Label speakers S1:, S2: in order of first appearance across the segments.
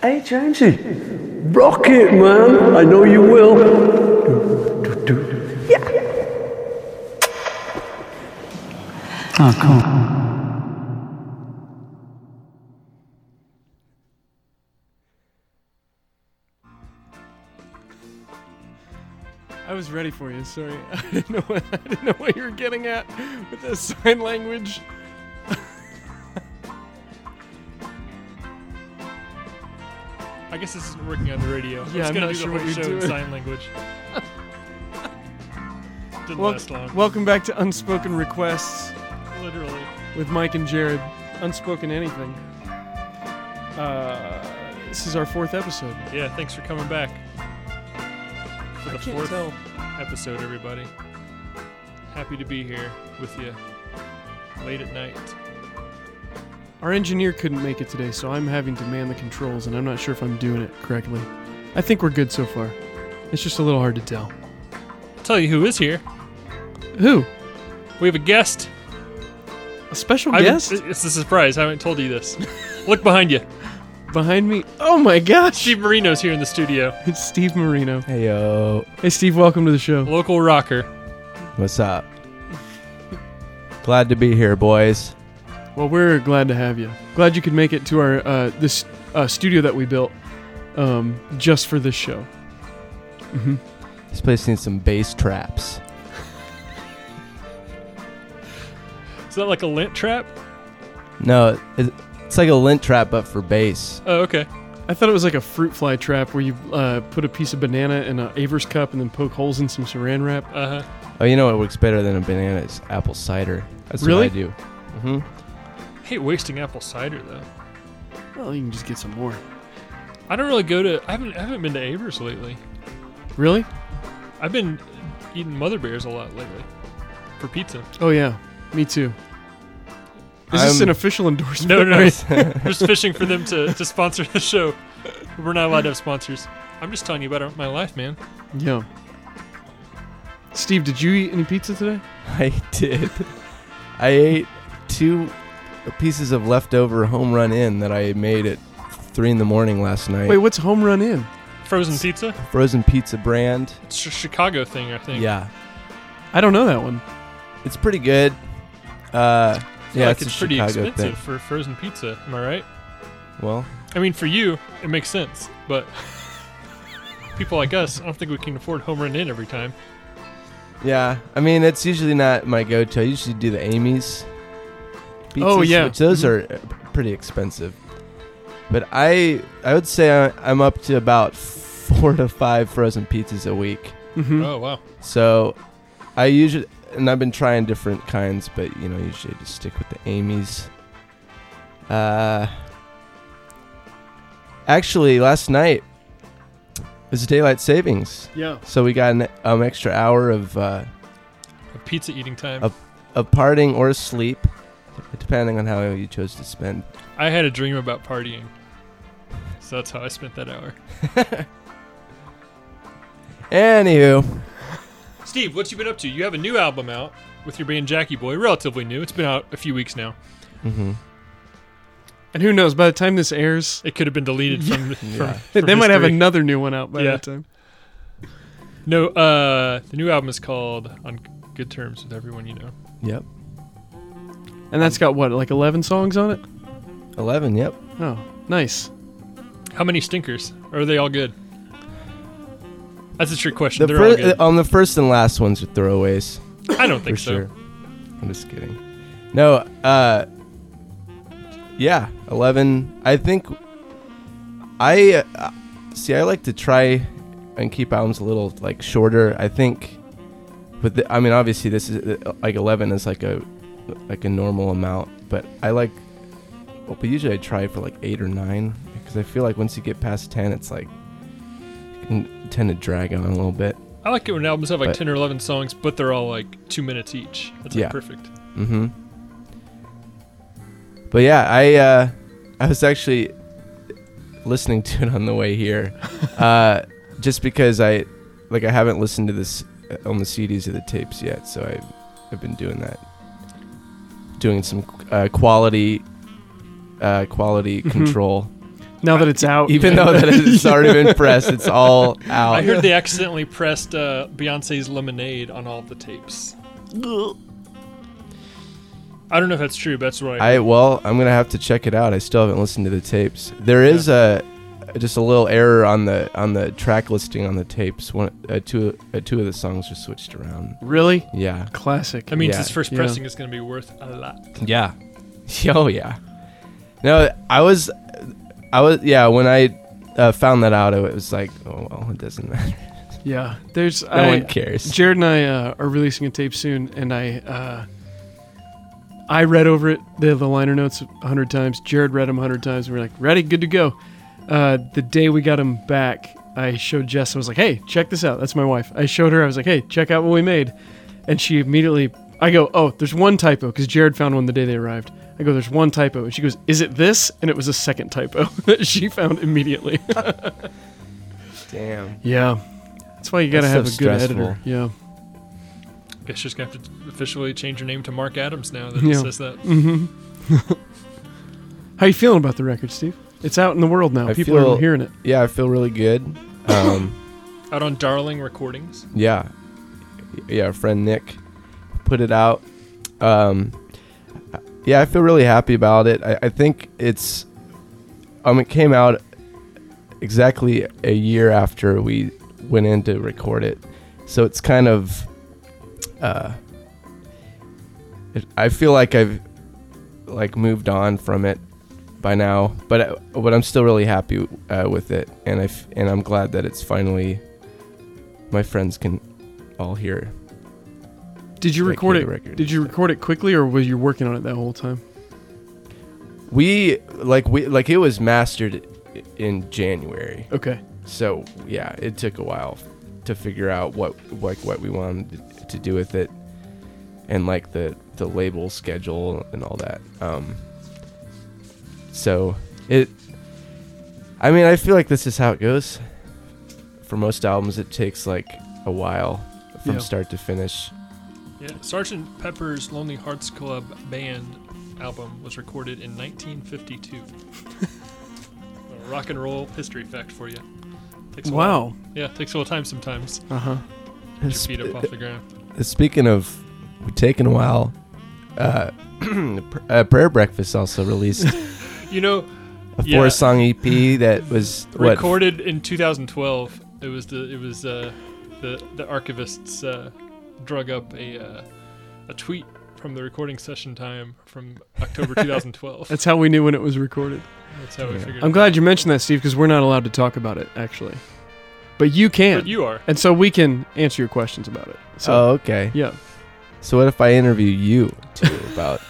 S1: Hey, Jamesy, rock it, man. I know you will. Do, do, do. Yeah.
S2: Oh, cool.
S3: I was ready for you. Sorry, I didn't know what, I didn't know what you were getting at with the sign language.
S4: I guess this isn't working on the radio.
S3: Yeah,
S4: it's
S3: I'm
S4: gonna
S3: not
S4: do
S3: sure
S4: the
S3: what
S4: whole
S3: you're
S4: show in
S3: doing.
S4: sign language. Didn't
S3: Wel-
S4: last long.
S3: Welcome back to Unspoken Requests
S4: Literally.
S3: with Mike and Jared. Unspoken anything. Uh, this is our fourth episode.
S4: Yeah, thanks for coming back for the
S3: can't
S4: fourth
S3: tell.
S4: episode, everybody. Happy to be here with you late at night.
S3: Our engineer couldn't make it today, so I'm having to man the controls, and I'm not sure if I'm doing it correctly. I think we're good so far. It's just a little hard to tell.
S4: tell you who is here.
S3: Who?
S4: We have a guest.
S3: A special
S4: I haven't-
S3: guest
S4: It's a surprise. I haven't told you this. Look behind you.
S3: behind me? Oh my gosh!
S4: Steve Marino's here in the studio.
S3: It's Steve Marino.
S5: Hey yo,
S3: Hey, Steve, welcome to the show.
S4: Local rocker.
S5: what's up? Glad to be here, boys.
S3: Well, we're glad to have you. Glad you could make it to our uh, this uh, studio that we built um, just for this show.
S5: This place needs some bass traps.
S4: Is that like a lint trap?
S5: No, it- it's like a lint trap, but for bass.
S4: Oh, okay.
S3: I thought it was like a fruit fly trap where you uh, put a piece of banana in an Avers cup and then poke holes in some saran wrap.
S4: Uh huh.
S5: Oh, you know what works better than a banana is apple cider. That's
S3: Really?
S5: what I do. hmm
S4: Hate wasting apple cider though.
S3: Well, you can just get some more.
S4: I don't really go to. I haven't. I haven't been to Avers lately.
S3: Really?
S4: I've been eating Mother Bears a lot lately for pizza.
S3: Oh yeah, me too. Is this
S5: I'm-
S3: an official endorsement?
S4: No, no, I'm just fishing for them to, to sponsor the show. We're not allowed to have sponsors. I'm just telling you about my life, man.
S3: Yeah. Steve, did you eat any pizza today?
S5: I did. I ate two pieces of leftover home run in that I made at three in the morning last night.
S3: Wait, what's home run in?
S4: Frozen pizza?
S5: Frozen pizza brand.
S4: It's a Chicago thing, I think.
S5: Yeah,
S3: I don't know that one.
S5: it's pretty good. Uh,
S4: I feel
S5: yeah,
S4: like
S5: it's,
S4: it's,
S5: a
S4: pretty
S5: Chicago
S4: expensive for
S5: thing.
S4: frozen pizza. Am I right?
S5: Well,
S4: I mean, for you, it makes sense, but people like us, I don't think we can afford home run in every time.
S5: Yeah, I mean it's usually not my go-to. I usually do the Amy's. Pizzas,
S3: Oh, yeah.
S5: which those are uh, pretty expensive. But I I would say I- I'm up to about four to five frozen pizzas a week.
S3: Mm-hmm.
S4: Oh wow,
S5: So I usually and I've been trying different kinds, but you know usually I just stick with the Amy's. Uh, actually, last night was daylight savings,
S3: Yeah.
S5: so we got an um, extra hour of. Uh,
S4: A pizza eating time.
S5: Of- of parting or sleep, depending on how you chose to spend.
S4: I had a dream about partying, so that's how I spent that hour.
S5: Anywho,
S4: Steve, what you been up to? You have a new album out with your band Jackie Boy, relatively new. It's been out a few weeks now. Mm-hmm.
S5: hmm
S3: And who knows? By the time this airs,
S4: It could have been deleted from.
S5: Yeah.
S4: from,
S3: they
S4: from
S3: might have
S4: history.
S3: another new one out by
S4: Yeah.
S3: that time.
S4: No, uh, the new album is called "On Good Terms with Everyone You Know."
S5: yep,
S3: And that's got what, like eleven songs on it?
S5: eleven. Yep,
S3: Oh, nice.
S4: How many stinkers? Or are they all good? That's a trick question.
S5: the
S4: They're
S5: fir-
S4: all good.
S5: on the first and last ones are throwaways
S4: I don't
S5: for
S4: think so.
S5: sure. I'm just kidding. No, uh, yeah, eleven. I think I uh, see. I like to try and keep albums a little like shorter. I think, but the, I mean, obviously, this is uh, like eleven is like a like a normal amount. But I like, well, but usually I try for like eight or nine because I feel like once you get past ten, it's like you can tend to drag on a little bit.
S4: I like it when albums have like
S5: But-
S4: ten or eleven songs, but they're all like two minutes each. That's like
S5: Yeah.
S4: perfect.
S5: Mm-hmm. But yeah, I uh, I was actually listening to it on the way here, uh, just because I like I haven't listened to this uh, on the CDs or the tapes yet, so I I've been doing that,
S4: Mm-hmm.
S5: doing some uh, quality uh, quality control.
S3: Now that it's out,
S5: Even though that it's already been pressed, it's all
S4: Oh,
S5: out.
S4: I heard they accidentally pressed uh, Beyonce's Lemonade on all of the tapes. I don't know if that's true, but that's right.
S5: I well, I'm gonna have to check it out. I still haven't listened to the tapes. There is a just a little error on the on the track listing on the tapes. One, uh, two, uh, two of the songs just switched around.
S3: really
S5: Yeah,
S3: classic.
S4: that means
S5: yeah,
S4: his first
S3: yeah.
S4: pressing is going to be worth a lot.
S5: yeah, oh yeah. No, I was, I was yeah. When I uh, found that out, it was like, oh well, it doesn't matter.
S3: yeah, there's
S5: No
S3: I,
S5: one cares.
S3: Jared and I uh, are releasing a tape soon, and I uh, I read over it the, the liner notes a hundred times. Jared read them a hundred times. And we are like, ready, good to go. Uh, the day we got him back, I showed Jess. I was like, hey, check this out. That's my wife. I showed her. I was like, hey, check out what we made, and she immediately. I go, oh, there's one typo because Jared found one the day they arrived. I go, there's one typo, and she goes, is it this? And it was a second typo that she found immediately.
S5: Damn.
S3: yeah, that's why you gotta
S5: That's so
S3: have a good editor.
S5: stressful.
S3: Yeah.
S4: Guess she's going to have to officially change her name to Mark Adams now that
S3: Yeah.
S4: it says that.
S3: How you feeling about the record, Steve? It's out in the world now.
S5: I
S3: People
S5: feel-
S3: are hearing it.
S5: Yeah, I feel really good. Um,
S4: Out on Darling Recordings.
S5: Yeah. Yeah, our friend Nick put it out. Um, yeah, I feel really happy about it. I, I think it's. Um, it came out exactly a year after we went in to record it. So it's kind of. Uh, it, I feel like I've like moved on from it by now, but I- but I'm still really happy uh, with it, and I f- and I'm glad that it's finally my friends can all hear.
S3: Did you
S5: Like,
S3: record
S5: yeah,
S3: it?
S5: the record
S3: Did you
S5: and stuff.
S3: record it quickly, or were you working on it that whole time?
S5: We like we like it was mastered i- in January,
S3: Okay.
S5: so yeah, it took a while to figure out what like what we wanted to do with it, and like the the label schedule and all that. Um, so it, I mean, I feel like this is how it goes. For most albums, it takes like a while from
S3: Yeah.
S5: start to finish.
S4: Yeah. Sergeant Pepper's Lonely Hearts Club Band album was recorded in 1952. a rock and roll history fact for you. Takes a while.
S3: Wow.
S4: Yeah, takes a little time sometimes.
S3: Uh huh.
S4: Get your feet up
S3: uh,
S4: off the ground.
S5: Speaking of taking a while, uh, pr- uh, Prayer Breakfast also released
S4: You know,
S5: a
S4: Yeah.
S5: four-song EP that was what,
S4: recorded in 2012. It was the it was uh, the the archivists uh, drug up a uh, a tweet from the recording session time from October 2012.
S3: That's how we knew when it was recorded.
S4: That's how we
S5: Yeah.
S4: figured.
S3: I'm
S4: it
S3: glad you mentioned that, Steve, because we're not allowed to talk about it actually, but you
S4: out.
S3: can,
S4: But you are.
S3: and so we can answer your questions about it. So
S5: oh, okay.
S3: yeah,
S5: So what if I interview you too about?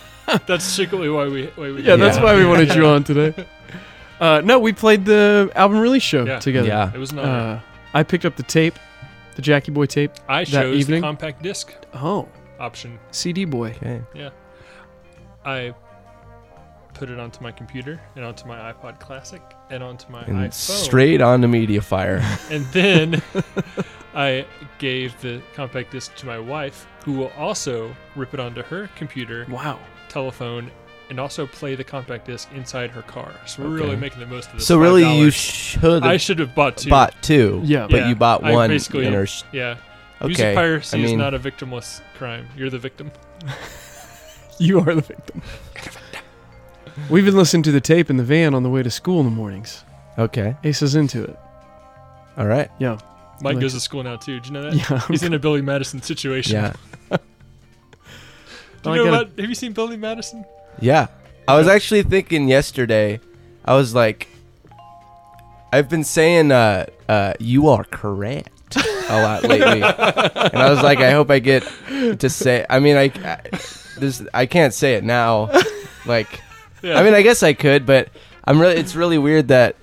S4: That's secretly why we why we.
S3: yeah. That's
S5: Yeah.
S3: why we wanted you on today. Uh, no, we played the album release show
S4: Yeah.
S3: together.
S4: It was not.
S3: Uh, I picked up the tape, the Jackie Boy tape.
S4: I
S3: that
S4: chose
S3: evening?
S4: the compact disc
S3: Oh,
S4: option.
S3: CD Boy.
S5: Okay.
S4: I put it onto my computer and onto my iPod Classic and onto my
S5: And
S4: iPhone.
S5: straight on to MediaFire.
S4: And then I gave the compact disc to my wife, who will also rip it onto her computer,
S3: Wow.
S4: telephone, and also play the compact disc inside her car. So we're really
S5: Okay.
S4: making the most of this.
S5: so really, you
S4: $5.
S5: should
S4: I
S5: have
S4: should have bought two.
S5: bought two.
S3: Yeah.
S5: But
S4: Yeah,
S5: you bought
S4: I
S5: one.
S4: basically-
S5: and are sh-
S4: Yeah. Music
S5: okay.
S4: piracy
S5: I
S4: is
S5: mean,
S4: not a victimless crime. You're the victim.
S3: You are the victim. We've been listening to the tape in the van on the way to school in the mornings.
S5: okay.
S3: Ace is into it.
S5: All right.
S3: Yeah.
S4: Mike
S3: Like-
S4: goes to school now too. Do you know that?
S3: Yeah.
S4: He's in a Billy Madison situation.
S5: Yeah.
S4: Do
S3: I
S4: you know
S3: gotta-
S4: about, have you seen Billy Madison?
S5: Yeah. I was actually thinking yesterday, I was like, I've been saying, uh, uh, you are correct a lot lately. and I was like, I hope I get to say, I mean, I, I, this, I can't say it now. Like,
S4: Yeah.
S5: I mean, I guess I could, but I'm really, it's really weird that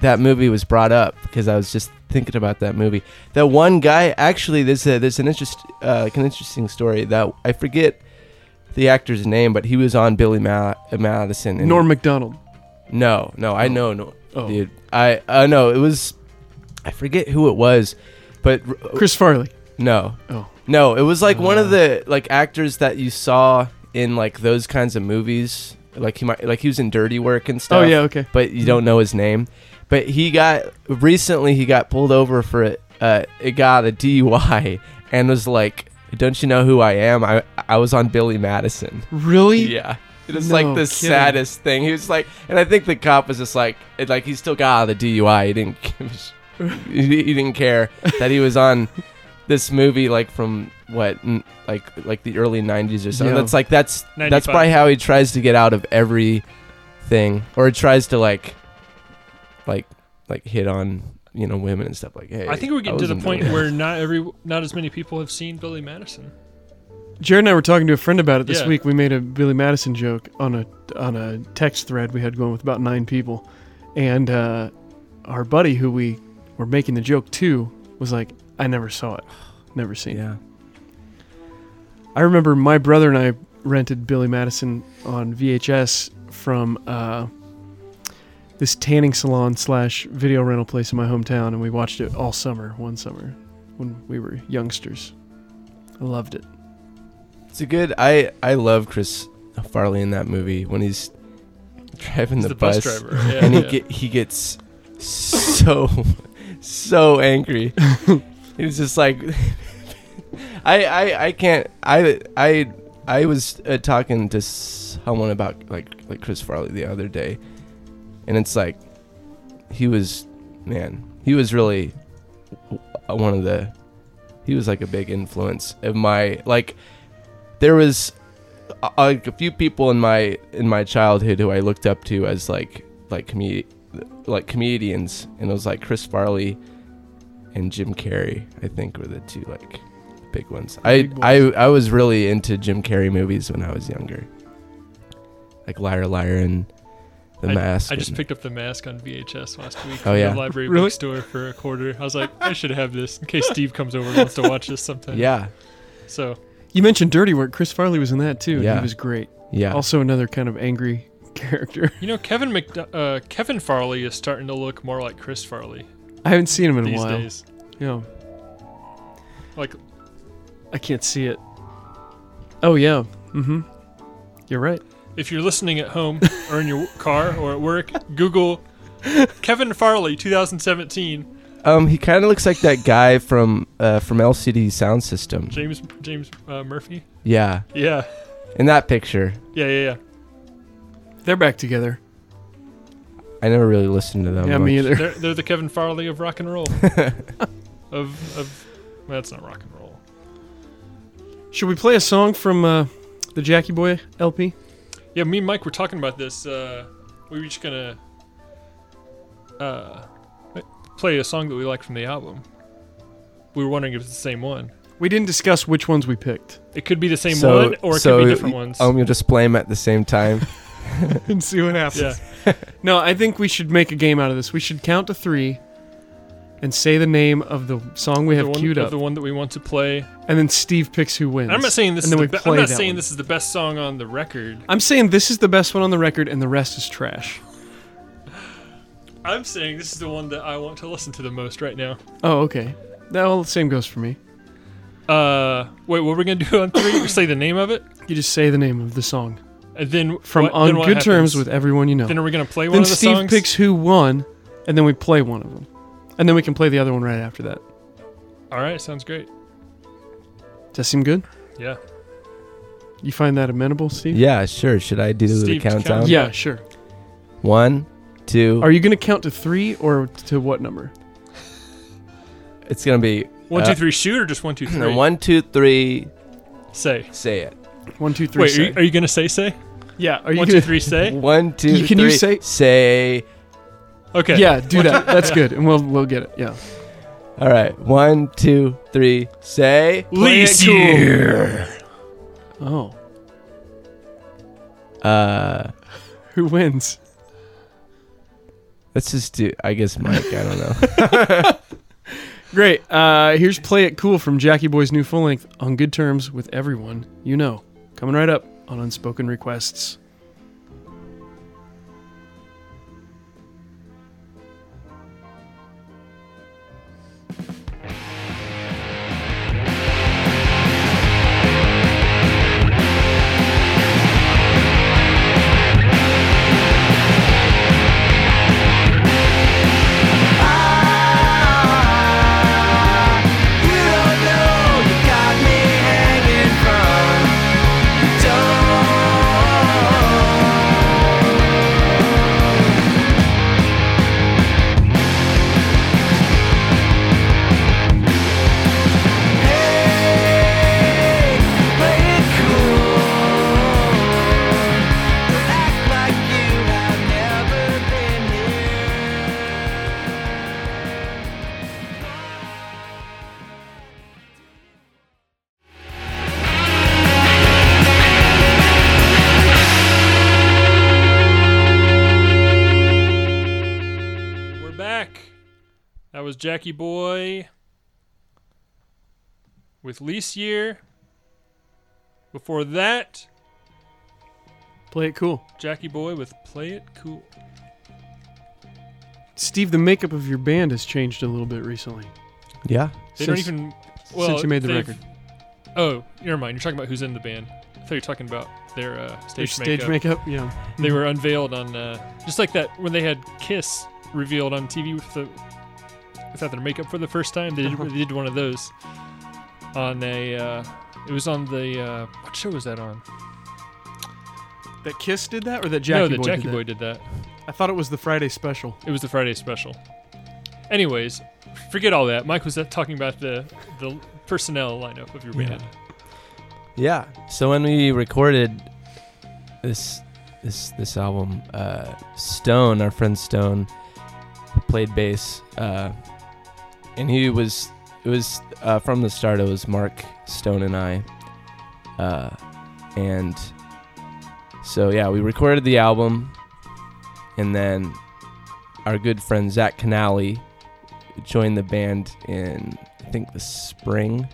S5: that movie was brought up because I was just thinking about that movie. That one guy, actually, there's a, there's an interest, uh, like an interesting story that I forget the actor's name, but he was on Billy Ma- Madison. and-
S3: Norm McDonald.
S5: No, no, I know, no,
S3: Oh.
S5: dude. I, uh, no, it was, I forget who it was, but r-
S3: Chris Uh. Farley.
S5: no,
S3: Oh.
S5: no, it was like one of the like actors that you saw in like those kinds of movies like he might like he was in dirty work and stuff.
S3: Oh, yeah, okay.
S5: But you don't know his name. But he got recently he got pulled over for it. Uh, it got a DUI and was like, "Don't you know who I am? I I was on Billy Madison."
S3: Really?
S5: Yeah. It was
S3: No
S5: like the
S3: kidding.
S5: saddest thing. He was like, and I think the cop was just like, it, like he still got out of the DUI. He didn't, give a sh- he, he didn't care that he was on this movie like from what, n- like like the early '90s or something.
S3: Yeah.
S5: That's like that's
S4: 95.
S5: that's probably how he tries to get out of everything, or tries to like, like like hit on you know women and stuff like. Hey,
S4: I think we're getting to the
S5: wasn't
S4: point
S5: doing that."
S4: where not every, not as many people have seen Billy Madison.
S3: Jared and I were talking to a friend about it this
S4: Yeah.
S3: week. We made a Billy Madison joke on a on a text thread we had going with about nine people, and uh, our buddy who we were making the joke to was like, "I never saw it, never seen it."
S5: yeah,
S3: I remember my brother and I rented Billy Madison on VHS from uh, this tanning salon slash video rental place in my hometown, and we watched it all summer, one summer, when we were youngsters. I loved it.
S5: it's a good. I I love Chris Farley in that movie when he's driving
S4: He's
S5: the,
S4: the, bus, driver. Yeah,
S5: and he
S4: yeah.
S5: get he gets so so angry. He's just like, I I I can't. I I I was uh, talking to someone about like like Chris Farley the other day, and it's like, he was man, he was really w- one of the, he was like a big influence of my like, there was uh, like a few people in my in my childhood who I looked up to as like like comed- like comedians, and it was like Chris Farley and Jim Carrey. I think were the two like big ones. I
S3: big
S5: I I was really into Jim Carrey movies when I was younger, like Liar Liar and The
S4: I-
S5: Mask.
S4: I just
S5: and-
S4: picked up the mask on VHS last week.
S5: Oh,
S4: from
S5: yeah.
S4: The library
S3: Really?
S4: bookstore for a quarter. I was like, I should have this in case Steve comes over and wants to watch this sometime.
S5: yeah
S4: So
S3: You mentioned Dirty Work. Chris Farley was in that too. And
S5: Yeah.
S3: he was great.
S5: yeah.
S3: Also, another kind of angry character.
S4: you know, Kevin McD- uh, Kevin Farley is starting to look more like Chris Farley
S3: I haven't seen him in a
S4: these
S3: while.
S4: days.
S3: Yeah,
S4: Like
S3: I can't see it. Oh yeah. Mm-hmm. You're right.
S4: if you're listening at home or in your car or at work, Google Kevin Farley 2017
S5: Um, he kind of looks like that guy from uh, from LCD Sound System.
S4: James James uh, Murphy.
S5: Yeah,
S4: Yeah,
S5: in that picture,
S4: yeah, yeah, yeah.
S3: They're back together.
S5: I never really listened to them.
S3: yeah, me
S5: much.
S3: either.
S4: They're, they're the Kevin Farley of rock and roll. of of well, that's not rock and roll.
S3: Should we play a song from uh, the Jackie Boy LP?
S4: Yeah, me and Mike were talking about this. Uh, we were just gonna uh, play a song that we like from the album. We were wondering if it's the same one.
S3: We didn't discuss which ones we picked
S4: It could be the same
S5: So-
S4: one, or it
S5: so
S4: could be different ones.
S5: Um, you'll just play him at the same time.
S3: and see what happens.
S4: yeah,
S3: No, I think we should make a game out of this. We should count to three and say the name of the song we
S4: the
S3: have
S4: one,
S3: queued
S4: of
S3: up,
S4: the one that we want to play.
S3: and then Steve picks who wins.
S4: And I'm not saying this.
S3: And
S4: Is
S3: then we
S4: the be- I'm
S3: play
S4: not
S3: that
S4: saying
S3: one.
S4: this is the best song on the record.
S3: I'm saying this is the best one on the record, and the rest is trash.
S4: I'm saying this is the one that I want to listen to the most right now.
S3: Oh, okay. That well, same goes for me.
S4: Uh, wait, what are we gonna do on three? We say the name of it,
S3: You just say the name of the song
S4: and then
S3: from
S4: what,
S3: on
S4: then
S3: good
S4: what
S3: terms
S4: happens?
S3: with everyone you know.
S4: Then are we gonna play one
S3: Then
S4: of the
S3: Steve
S4: songs?
S3: picks who won, and then we play one of them, and then we can play the other one right after that.
S4: All right, sounds great.
S3: Does that seem good?
S4: Yeah.
S3: You find that amenable, Steve?
S5: yeah, sure. Should I do the
S4: Steve,
S5: countdown?
S4: count-
S3: Yeah, sure.
S5: One, two.
S3: Are you going to count to three or to what number?
S5: it's gonna be
S4: One,
S5: uh,
S4: two, three, shoot, or just one, two,
S5: no,
S4: three?
S5: one, two, three.
S4: say.
S5: Say it.
S3: One, two, three.
S4: Wait,
S3: say.
S4: are you, are you gonna say say?
S3: yeah. Are you
S4: One, two,
S3: gonna-
S4: three, say.
S5: One, two,
S3: You- can you
S5: three,
S3: say-
S5: say?
S4: Okay.
S3: Yeah, do that. That's good, and we'll we'll get it. Yeah.
S5: All right. One, two, three. Say.
S4: Lease
S3: Play it cool.
S4: year.
S3: Oh,
S5: Uh,
S3: who wins?
S5: let's just do. I guess Mike. I don't know.
S3: Great. Uh, here's "Play It Cool" from Jackie Boy's new full length on good terms with everyone you know. Coming right up on Unspoken Requests.
S4: That was Jackie Boy with Lease Year. Before that,
S3: Play it cool.
S4: Jackie Boy with Play It Cool.
S3: Steve, the makeup of your band has changed a little bit recently.
S5: Yeah.
S4: They don't
S3: Since-
S4: even. Well,
S3: since you made the
S4: they've-
S3: record.
S4: Oh, never mind. You're talking about who's in the band. I thought you were talking about their uh,
S3: Your
S4: stage
S3: stage
S4: makeup.
S3: makeup, yeah.
S4: They were unveiled on uh, just like that when they had Kiss revealed on TV with the without their makeup for the first time. They did,
S3: Uh-huh.
S4: they did one of those on a. Uh, it was on the uh, what show was that on?
S3: That Kiss did that, or that Jackie
S4: no, the
S3: Boy
S4: Jackie
S3: did
S4: Boy
S3: that?
S4: did that.
S3: I thought it was the Friday special.
S4: It was the Friday special. Anyways, forget all that. Mike was uh, talking about the the personnel lineup of your
S5: Yeah.
S4: band.
S5: Yeah. So when we recorded this this this album, uh, Stone, our friend Stone, played bass, uh, and he was it was uh, from the start. It was Mark Stone and I, uh, and so yeah, we recorded the album, and then our good friend Zach Canali joined the band in I think the spring.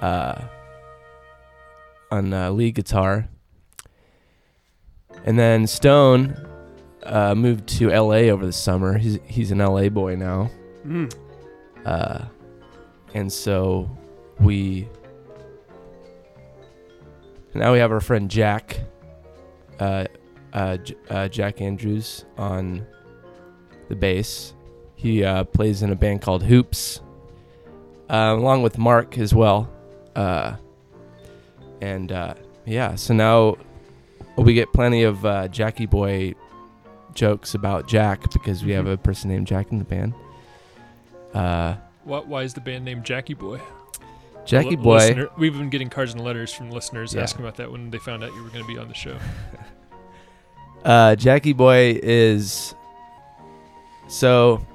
S5: Uh, on uh, lead guitar. And then Stone uh, moved to LA over the summer. He's he's an LA boy now.
S3: Mm.
S5: Uh, and so we now we have our friend Jack, uh, uh, J- uh, Jack Andrews on the bass. He uh, plays in a band called Hoops, uh, along with Mark as well. Uh, and uh, yeah, so now we get plenty of uh, Jackie Boy jokes about Jack because we have a person named Jack in the band. Uh,
S4: Why, why is the band named Jackie Boy?
S5: Jackie
S4: Li-
S5: Boy.
S4: listener- we've been getting cards and letters from listeners
S5: Yeah.
S4: asking about that when they found out you were going to be on the show.
S5: Uh, Jackie Boy is so.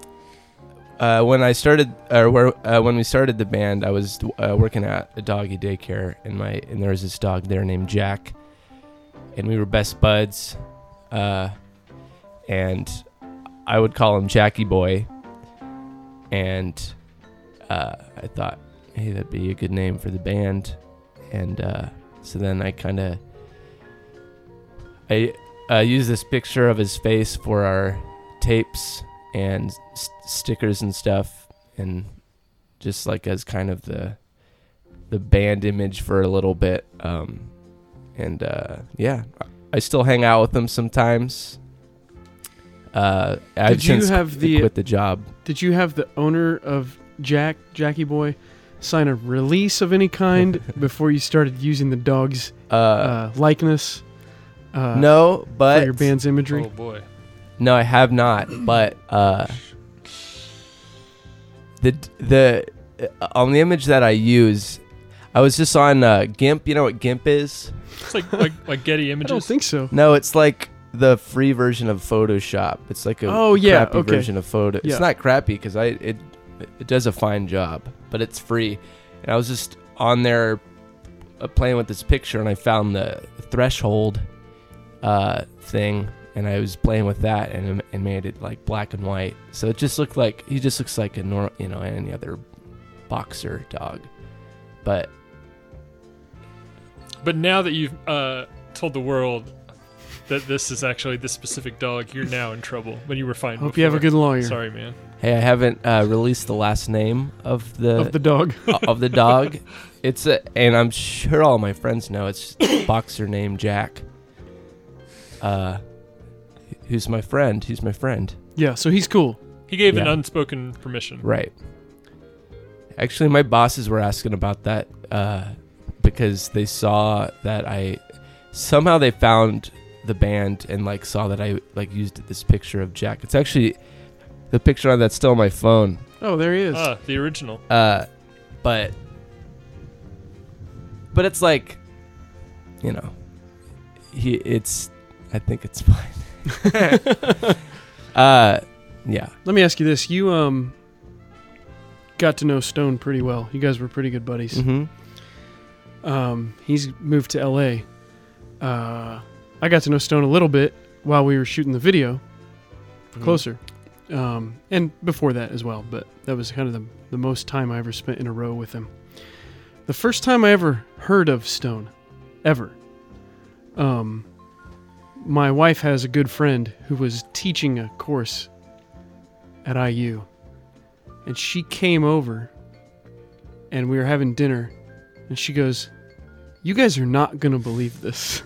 S5: Uh, when I started, or where, uh, when we started the band, I was uh, working at a doggy daycare, and my and there was this dog there named Jack, and we were best buds, uh, and I would call him Jackie Boy, and uh, I thought, hey, that'd be a good name for the band, and uh, so then I kind of I uh, used this picture of his face for our tapes and s- stickers and stuff, and just like as kind of the the band image for a little bit. Um, and uh, yeah, I still hang out with him sometimes. Uh, I've
S3: you
S5: since
S3: have
S5: qu-
S3: the-
S5: quit the job.
S3: Did you have the owner of Jack, Jackie Boy, sign a release of any kind before you started using the dog's
S5: Uh,
S3: uh, likeness? Uh,
S5: no,
S3: For
S5: but
S3: your band's imagery?
S4: oh boy,
S5: No, I have not. But uh, the the uh, on the image that I use, I was just on uh, GIMP. You know what GIMP is?
S4: it's like like, like Getty
S3: I don't
S4: Images.
S3: think so.
S5: No, it's like the free version of Photoshop. It's like a
S3: Oh, yeah,
S5: crappy
S3: okay.
S5: version of Photo.
S3: Yeah.
S5: It's not crappy because I it it does a fine job, but it's free. And I was just on there uh, playing with this picture, and I found the threshold uh, thing, and I was playing with that, and and made it like black and white. So it just looked like he just looks like a normal, you know, any other boxer dog, but
S4: But now that you've uh, told the world that this is actually this specific dog, you're now in trouble. But you were fine.
S3: Hope you have a good
S4: before.
S3: lawyer
S4: Sorry, man.
S5: Hey, I haven't uh, released the last name of the
S3: of the dog.
S5: of the dog. It's a, and I'm sure all my friends know it's boxer named Jack. Uh, who's my friend? Who's my friend?
S3: Yeah, so he's cool.
S4: He gave an
S5: Yeah.
S4: unspoken permission.
S5: Right. Actually, my bosses were asking about that uh, because they saw that I somehow they found the band and like saw that I like used this picture of Jack. It's actually the picture on that's still on my phone.
S3: Oh, there he is.
S4: Ah, the original.
S5: Uh, but but it's like, you know, he it's. I think it's fine. uh, yeah,
S3: Let me ask you this: You um got to know Stone pretty well. You guys were pretty good buddies.
S5: mm-hmm.
S3: Um, he's moved to LA. Uh, I got to know Stone a little bit while we were shooting the video, closer. um, and before that as well. But that was kind of the, the most time I ever spent in a row with him. The first time I ever heard of Stone, ever. Um, my wife has a good friend who was teaching a course at IU, and she came over, and we were having dinner, and she goes, "You guys are not gonna believe this."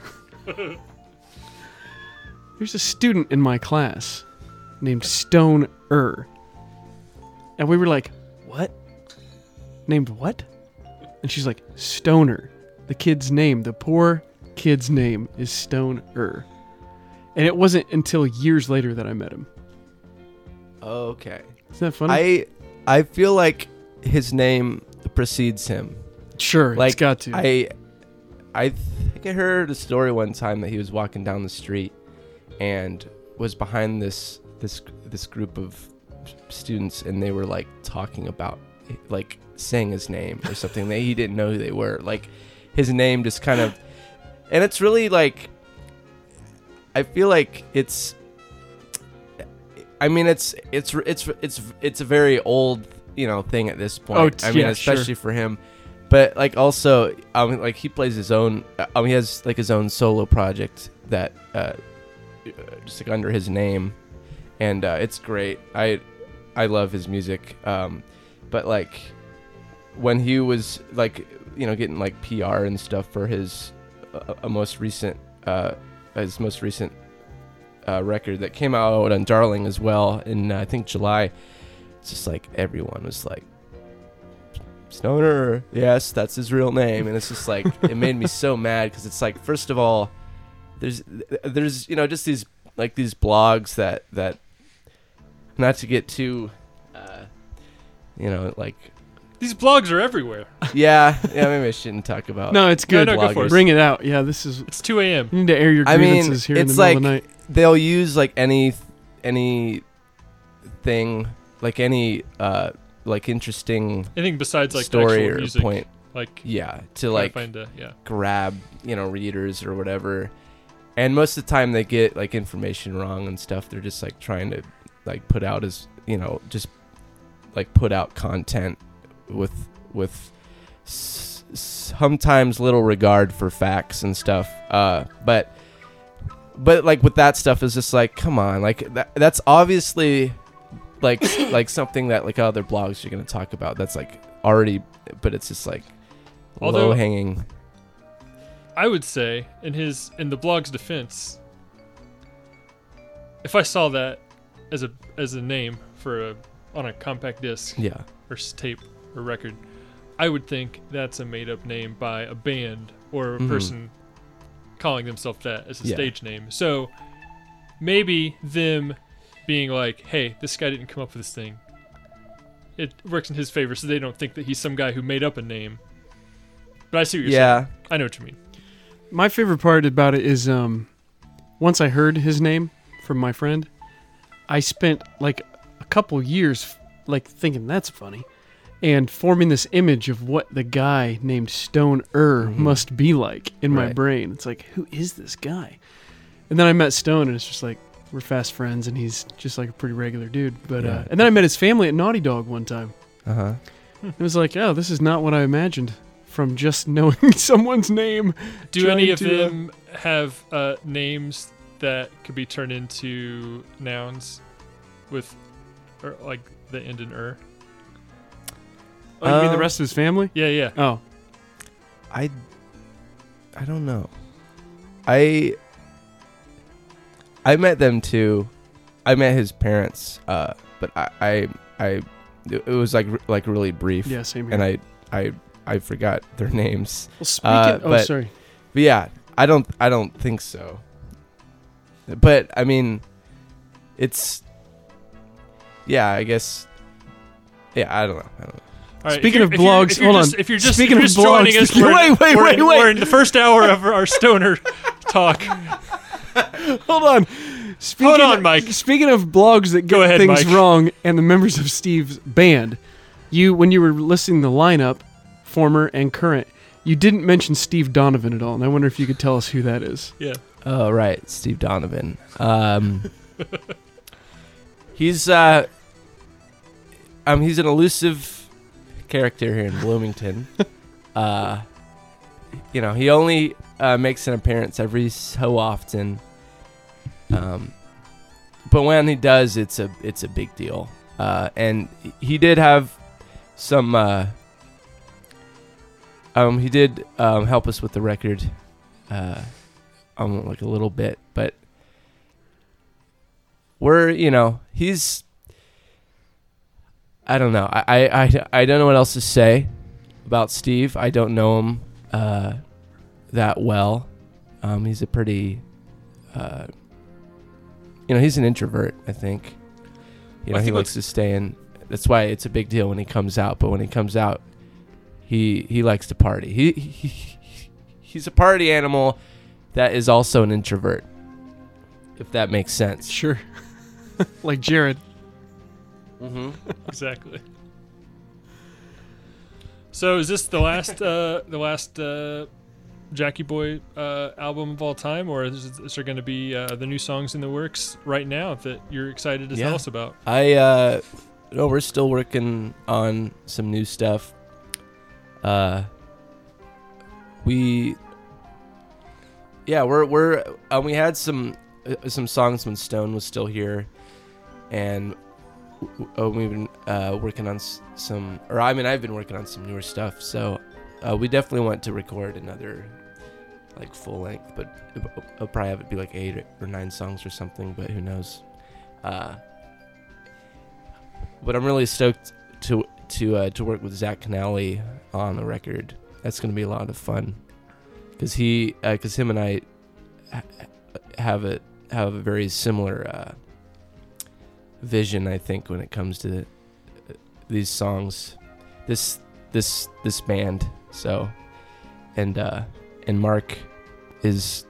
S3: There's a student in my class named Stone Ur. And we were like, What? Named what? And she's like, Stoner. The kid's name, the poor kid's name is Stone Ur. And it wasn't until years later that I met him.
S5: Okay.
S3: Isn't that funny?
S5: I I feel like his name precedes him.
S3: sure,
S5: Like
S3: it's got to.
S5: I I think I heard a story one time that he was walking down the street and was behind this this this group of students and they were like talking about like saying his name or something that he didn't know who they were. Like his name just kind of and it's really like I feel like it's I mean it's it's it's it's it's a very old you know thing at this point.
S3: Oh, it's-
S5: I mean
S3: yeah, sure.
S5: especially for him. But like also um like he plays his own um he has like his own solo project that uh just like under his name and uh it's great. I I love his music. Um but like when he was like you know getting like PR and stuff for his uh, uh, most recent uh, his most recent uh, record that came out on Darling as well in uh, I think July. It's just like everyone was like Stoner. Yes, that's his real name, and it's just like it made me so mad because it's like first of all, there's there's you know just these like these blogs that that not to get too uh, you know like
S4: These blogs are everywhere.
S5: yeah, yeah, maybe I shouldn't talk about.
S3: no, it's good.
S4: no, go for it.
S3: Bring it out. Yeah, this is.
S4: It's 2 a.m.
S3: You need to air your
S5: I mean,
S3: grievances here in the
S5: it's
S3: middle
S5: like
S3: of the night.
S5: they'll use like any, any, thing, like any, uh, like interesting
S4: Anything besides like the
S5: story
S4: actual
S5: or
S4: music,
S5: point.
S4: like
S5: Yeah, to
S4: gotta
S5: like
S4: find a, yeah.
S5: grab you know readers or whatever, and most of the time they get like information wrong and stuff. They're just like trying to like put out as you know just like put out content with with s- sometimes little regard for facts and stuff. Uh, but but like with that stuff is just like come on, like that, that's obviously like like something that like other blogs you're gonna talk about. That's like already, but it's just like
S4: Although-
S5: low hanging.
S4: I would say in his in the blog's defense, if I saw that as a as a name for a on a compact disc
S5: Yeah.
S4: or s- tape or record, I would think that's a made up name by a band or a
S3: Mm-hmm.
S5: Mhm.
S4: person calling themselves that as a
S5: Yeah.
S4: stage name. So maybe them being like, "Hey, this guy didn't come up with this thing." It works in his favor, so they don't think that he's some guy who made up a name. But I see what you're saying.
S5: Yeah.
S4: I know what you mean.
S3: My favorite part about it is um, once I heard his name from my friend, I spent like a couple years like thinking that's funny and forming this image of what the guy named Stone Ur
S4: Mm-hmm.
S3: must be like in my
S5: Right.
S3: brain. It's like, who is this guy? And then I met Stone and it's just like we're fast friends and he's just like a pretty regular dude. But uh,
S5: Yeah.
S3: and then I met his family at Naughty Dog one time.
S5: Uh huh.
S4: Hmm.
S3: It was like, oh, this is not what I imagined from just knowing someone's name.
S4: Do
S3: trying
S4: any of
S3: to, uh,
S4: them have uh, names that could be turned into nouns with, or like the end in er?
S3: Oh, you mean the
S5: Uh,
S3: rest of his family?
S4: Yeah, yeah.
S3: Oh,
S5: I. I don't know. I. I met them too. I met his parents, uh, but I, I, I, it was like re- like really brief,
S3: yeah, same here.
S5: and I, I, I forgot their names.
S3: well, speaking,
S5: uh,
S3: oh,
S5: but-
S3: sorry.
S5: But yeah, I don't, I don't think so. But I mean, it's. Yeah, I guess. Yeah, I don't know. I don't know.
S4: All right,
S3: Speaking
S4: if
S3: of
S4: you're- if you're-
S3: blogs,
S4: if you're
S3: hold
S4: just-
S3: on.
S4: If you're just
S3: Speaking
S4: if
S3: of
S4: you're just joining
S3: blogs,
S4: us, we're, in-
S3: wait, wait,
S4: we're
S3: wait,
S4: in,
S3: wait.
S4: We're in the first hour of our stoner talk.
S3: Hold on. Speaking
S4: on, Mike.
S3: Speaking of blogs that get
S4: Go ahead,
S3: things
S4: Mike.
S3: wrong and the members of Steve's band, you when you were listing the lineup, former and current, you didn't mention Steve Donovan at all, and I wonder if you could tell us who that is.
S4: Yeah.
S5: Oh right, Steve Donovan. Um, He's uh, um, he's an elusive character here in Bloomington. uh, you know, he only uh, makes an appearance every so often. Um, but when he does, it's a it's a big deal. Uh, and he did have some. Uh, um, he did um, help us with the record, uh, um, like a little bit, but we're you know he's. I don't know. I, I, I, I don't know what else to say about Steve. I don't know him uh, that well. Um, he's a pretty, uh, you know, he's an introvert. I think. You know,
S6: I
S5: he
S6: think
S5: likes to stay in. That's why it's a big deal when he comes out. But when he comes out, he he likes to party. He, he he's a party animal that is also an introvert. If that makes sense.
S3: Sure. like Jared.
S5: Mm-hmm.
S4: exactly. So is this the last uh, the last uh, Jackie Boy uh, album of all time, or is, is there going to be uh, the new songs in the works right now that you're excited to
S5: Yeah.
S4: tell us about?
S5: I uh no, we're still working on some new stuff. Uh we Yeah, we're we're uh, we had some uh, some songs when Stone was still here and w- uh, we've been uh, working on s- some or I mean I've been working on some newer stuff. So uh, we definitely want to record another like full length, but I'll probably have it be like 8 or- or 9 songs or something, but who knows. Uh but I'm really stoked to to uh, to work with Zach Canali on the record. That's gonna be a lot of fun because he because him and I ha- have a have a very similar uh, vision. I think when it comes to uh, these songs, this this this band. So and uh, and Mark is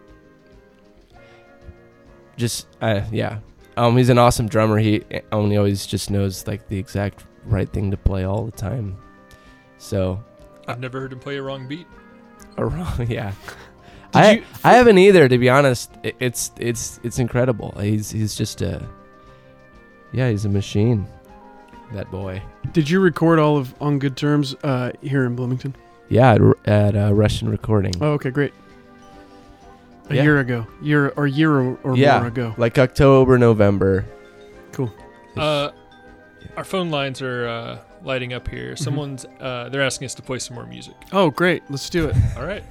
S5: just uh, yeah um, he's an awesome drummer. He only always just knows like the exact right thing to play all the time. So,
S4: I've never heard him play a wrong beat.
S5: or wrong, yeah.
S3: Did
S5: I
S3: you-
S5: I haven't either, to be honest. I- It's it's it's incredible. He's he's just a yeah, he's a machine. That boy.
S3: Did you record all of On Good Terms uh, here in Bloomington?
S5: Yeah, at, r- at uh, Russian recording,
S3: Oh, okay, great. A
S5: Yeah.
S3: year ago, year or year or, or
S5: Yeah.
S3: more ago.
S5: like October, November.
S3: Cool.
S4: Uh, our phone lines are uh, lighting up here. Someone's uh, they're asking us to play some more music.
S3: Oh, great. Let's do it.
S4: All right,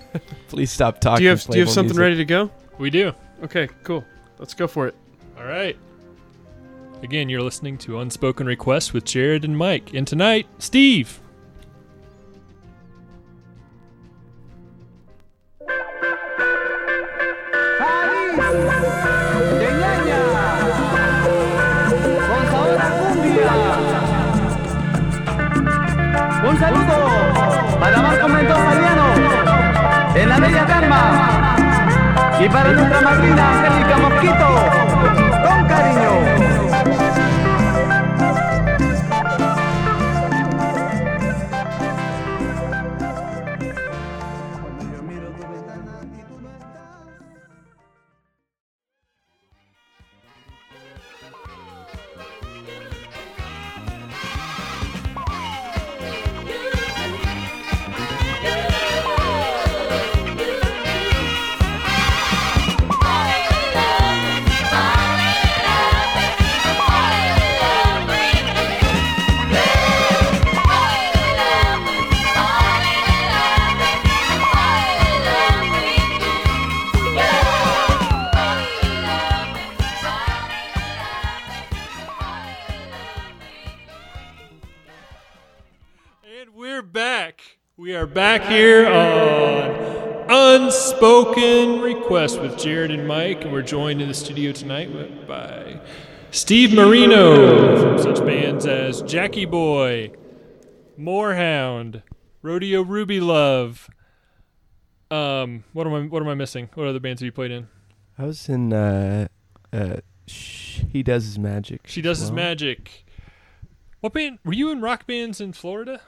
S5: Please stop talking.
S3: do you have
S5: play
S3: Do you have
S5: more
S3: something
S5: music.
S3: ready to go?
S4: we do.
S3: Okay, cool. Let's go for it.
S4: All right. Again, you're listening to Unspoken Requests with Jared and Mike, and tonight, Steve.
S7: de ñaña con sabor a cumbia. Un saludo para Marco Mendoza Liano en la bella Carma y para nuestra madrina Angélica Mosquito con cariño.
S4: And we're back. We are back here on Unspoken Requests with Jared and Mike, and we're joined in the studio tonight with- by Steve Marino from such bands as Jackie Boy, Moorhound, Rodeo Ruby Love. Um, what am I? What am I missing? What other bands have you played in?
S5: I was in. Uh, uh, sh- he does his magic.
S4: She does his
S5: Well,
S4: magic. What band? Were you in rock bands in Florida?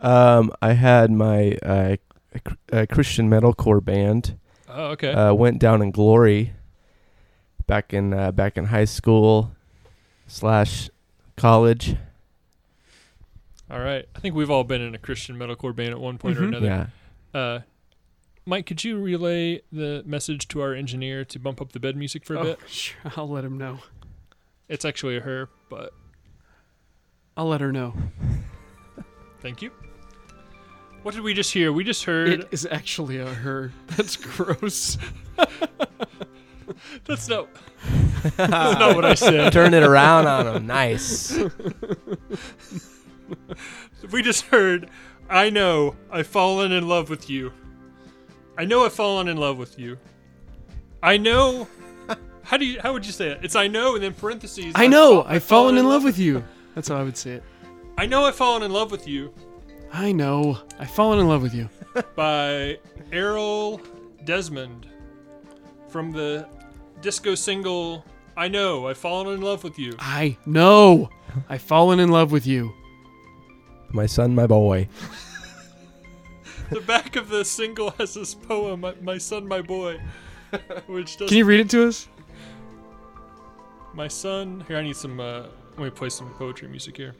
S5: Um, I had my uh, cr- uh, Christian metalcore band.
S4: Oh, okay.
S5: uh, went down in glory back in uh, back in high school slash college.
S4: All right. I think we've all been in a Christian metalcore band at one point or
S3: Mhm.
S4: another.
S5: Mm-hmm. Yeah.
S4: Uh, Mike, could you relay the message to our engineer to bump up the bed music for a
S3: Oh,
S4: bit?
S3: sure, I'll let him know.
S4: It's actually her, but
S3: I'll let her know.
S4: thank you. What did we just hear? We just heard.
S3: It is actually a her. That's gross.
S4: that's not. that's not what I said.
S5: Turn it around on them. Nice.
S4: We just heard. I know. I've fallen in love with you. I know I've fallen in love with you. I know. How do you? How would you say it? It's I know, and then parentheses.
S3: I
S4: I've
S3: know.
S4: fa-
S3: I've fallen in love with you. That's how I would say it.
S4: I know I've fallen in love with you
S3: I know. I've fallen in love with you.
S4: by Errol Desmond from the disco single I Know I've Fallen in Love with You.
S3: I know. I've fallen in love with you.
S5: My son, my boy.
S4: The back of the single has this poem, My, My Son, My Boy, which does
S3: Can you read it to us?
S4: My Son. Here, I need some. Uh, let me play some poetry music here.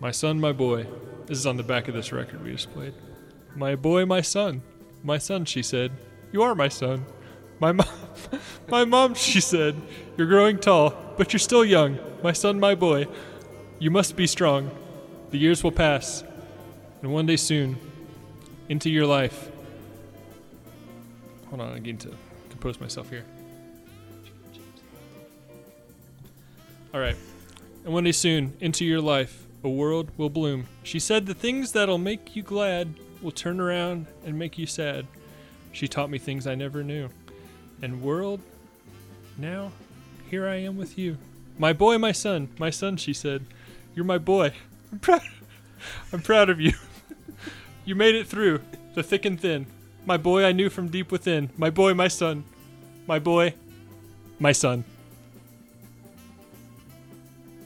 S4: My Son, My Boy. This is on the back of this record we just played. My boy, my son. My son, she said. You are my son. My mom, my mom, she said. You're growing tall, but you're still young. My son, my boy. You must be strong. The years will pass, and one day soon, into your life. Hold on, I need to compose myself here. All right. And one day soon, into your life, a world will bloom. She said, The things that'll make you glad will turn around and make you sad. She taught me things I never knew. And world, now, here I am with you. My boy, my son, my son, she said. You're my boy. I'm proud, I'm proud of you. you made it through the thick and thin. My boy, I knew from deep within. My boy, my son. My boy, my son.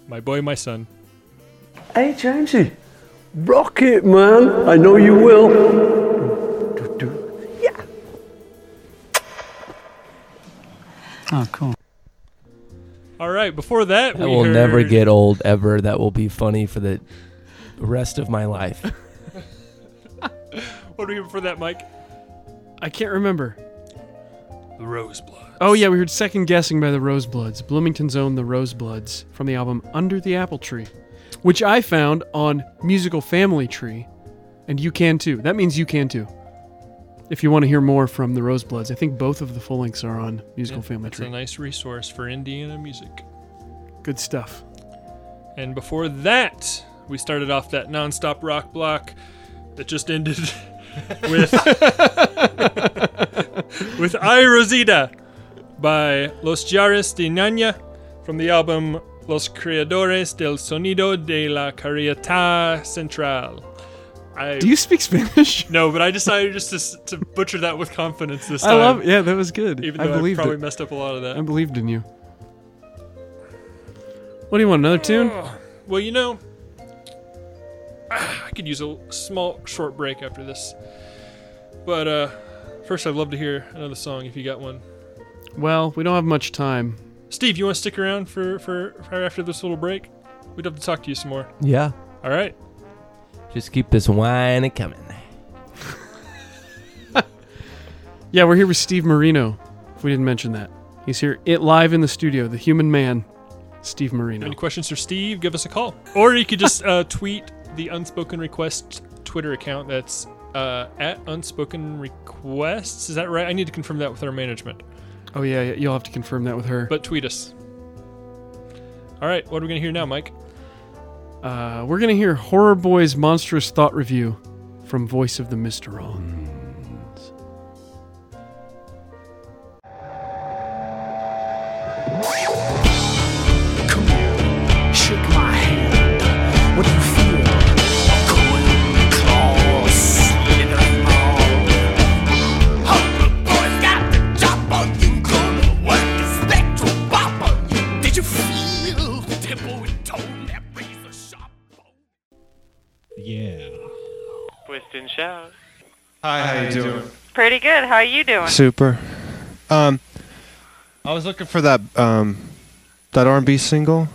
S4: My boy, my son.
S1: Hey, Jamesy, rock it, man. I know you will.
S2: Oh, cool.
S4: All right. Before that,
S5: That
S4: we
S5: will never
S4: heard-
S5: get old ever. That will be funny for the rest of my life.
S4: What do we hear before that, Mike?
S3: I can't remember.
S4: The Roseblood.
S3: Oh yeah, we heard second guessing by the Rosebloods, Bloomington's own the Rosebloods from the album Under the Apple Tree, which I found on Musical Family Tree, and you can too. That means you can too. If you want to hear more from the Rosebloods, I think both of the full lengths are on Musical Family
S4: That's a
S3: Tree.
S4: nice resource for Indiana music.
S3: Good stuff.
S4: And before that, we started off that nonstop rock block that just ended with with I Rosita by Los Jares de Nana from the album Los Creadores del Sonido de la Carrieta Central. I
S3: Do you speak Spanish?
S4: no, but I decided just to, s- to butcher that with confidence this time.
S3: I love. Yeah, that was good.
S4: Even
S3: I
S4: though I,
S3: believed
S4: probably
S3: it.
S4: messed up a lot of that.
S3: I believed in you. What do you want? Another tune?
S4: Well, you know, I could use a small, short break after this. But uh, first, I'd love to hear another song if you got one.
S3: Well, we don't have much time.
S4: Steve, you want to stick around for, for, for after this little break? We'd love to talk to you some more.
S5: Yeah.
S4: All right.
S5: Just keep this wine a coming.
S3: Yeah, we're here with Steve Marino. If we didn't mention that, he's here it live in the studio. The Human Man, Steve Marino.
S4: Any questions for Steve? Give us a call. Or you could just uh, tweet the Unspoken Request Twitter account. That's uh, at Unspoken Requests. Is that right? I need to confirm that with our management.
S3: Oh yeah, yeah, you'll have to confirm that with her.
S4: But tweet us. All right. What are we going to hear now, Mike?
S3: Uh, we're gonna hear Horror Boy's monstrous thought review from Voice of the Mysteron.
S6: Come on, shake my hand. What do you feel? Cold claws slithering on. Humble boy's got the drop on you. Gonna work the spectral bop on you. Did you feel the tempo and tone that razor sharp? bone?
S8: Yeah.
S9: Twist and shout.
S8: Hi, how you doing?
S9: Pretty good. How you doing?
S8: Super.
S9: Um, I was looking for that um, that R&B single.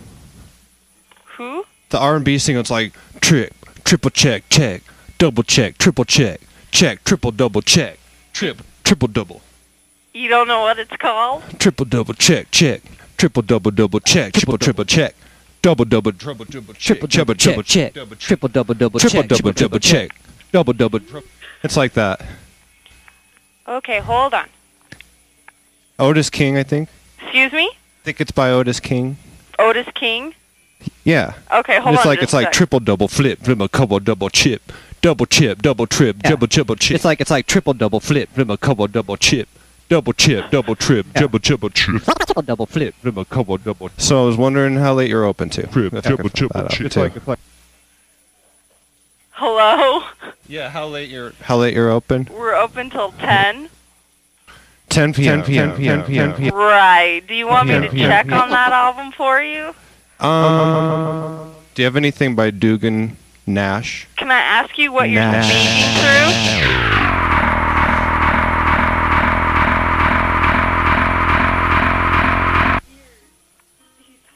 S10: Who?
S9: The R&B single. It's like trick, triple check, check, double check, triple check, check, triple double check, trip, triple double,
S10: You don't know what it's called?
S9: triple double check, check, triple double double check, triple triple check, double double triple triple check,
S11: Triple double
S9: triple triple
S11: check, check.
S9: check,
S11: Triple double double
S9: triple
S11: check.
S9: double double check, double double. It's like that.
S10: Okay, hold on.
S9: Otis King, I think.
S10: Excuse me?
S9: I think it's by Otis King.
S10: Otis King?
S9: Yeah.
S10: Okay,
S9: And
S10: hold
S9: it's
S10: on.
S9: like
S10: just
S9: it's
S10: a
S9: like
S10: sec.
S9: triple double flip, flip a couple double chip, double chip, double trip, double triple chip. It's like it's like triple double flip, flip a couple double chip, double chip, double trip, double triple chip. Triple double flip, flip a couple double. So I was wondering how late you're open to. Trip,
S5: triple, triple chip.
S9: It's like, it's like
S10: Hello?
S5: Yeah, how late you're
S9: how late you're open?
S10: We're open till 10?
S9: 10 p.m. 10 p.m. 10 p.m.
S10: Right. Do you want me to
S9: Yeah.
S10: check on that album for you?
S9: Um, do you have anything by Dugan Nash?
S10: Can I ask you what you're
S9: Nash.
S10: thinking through?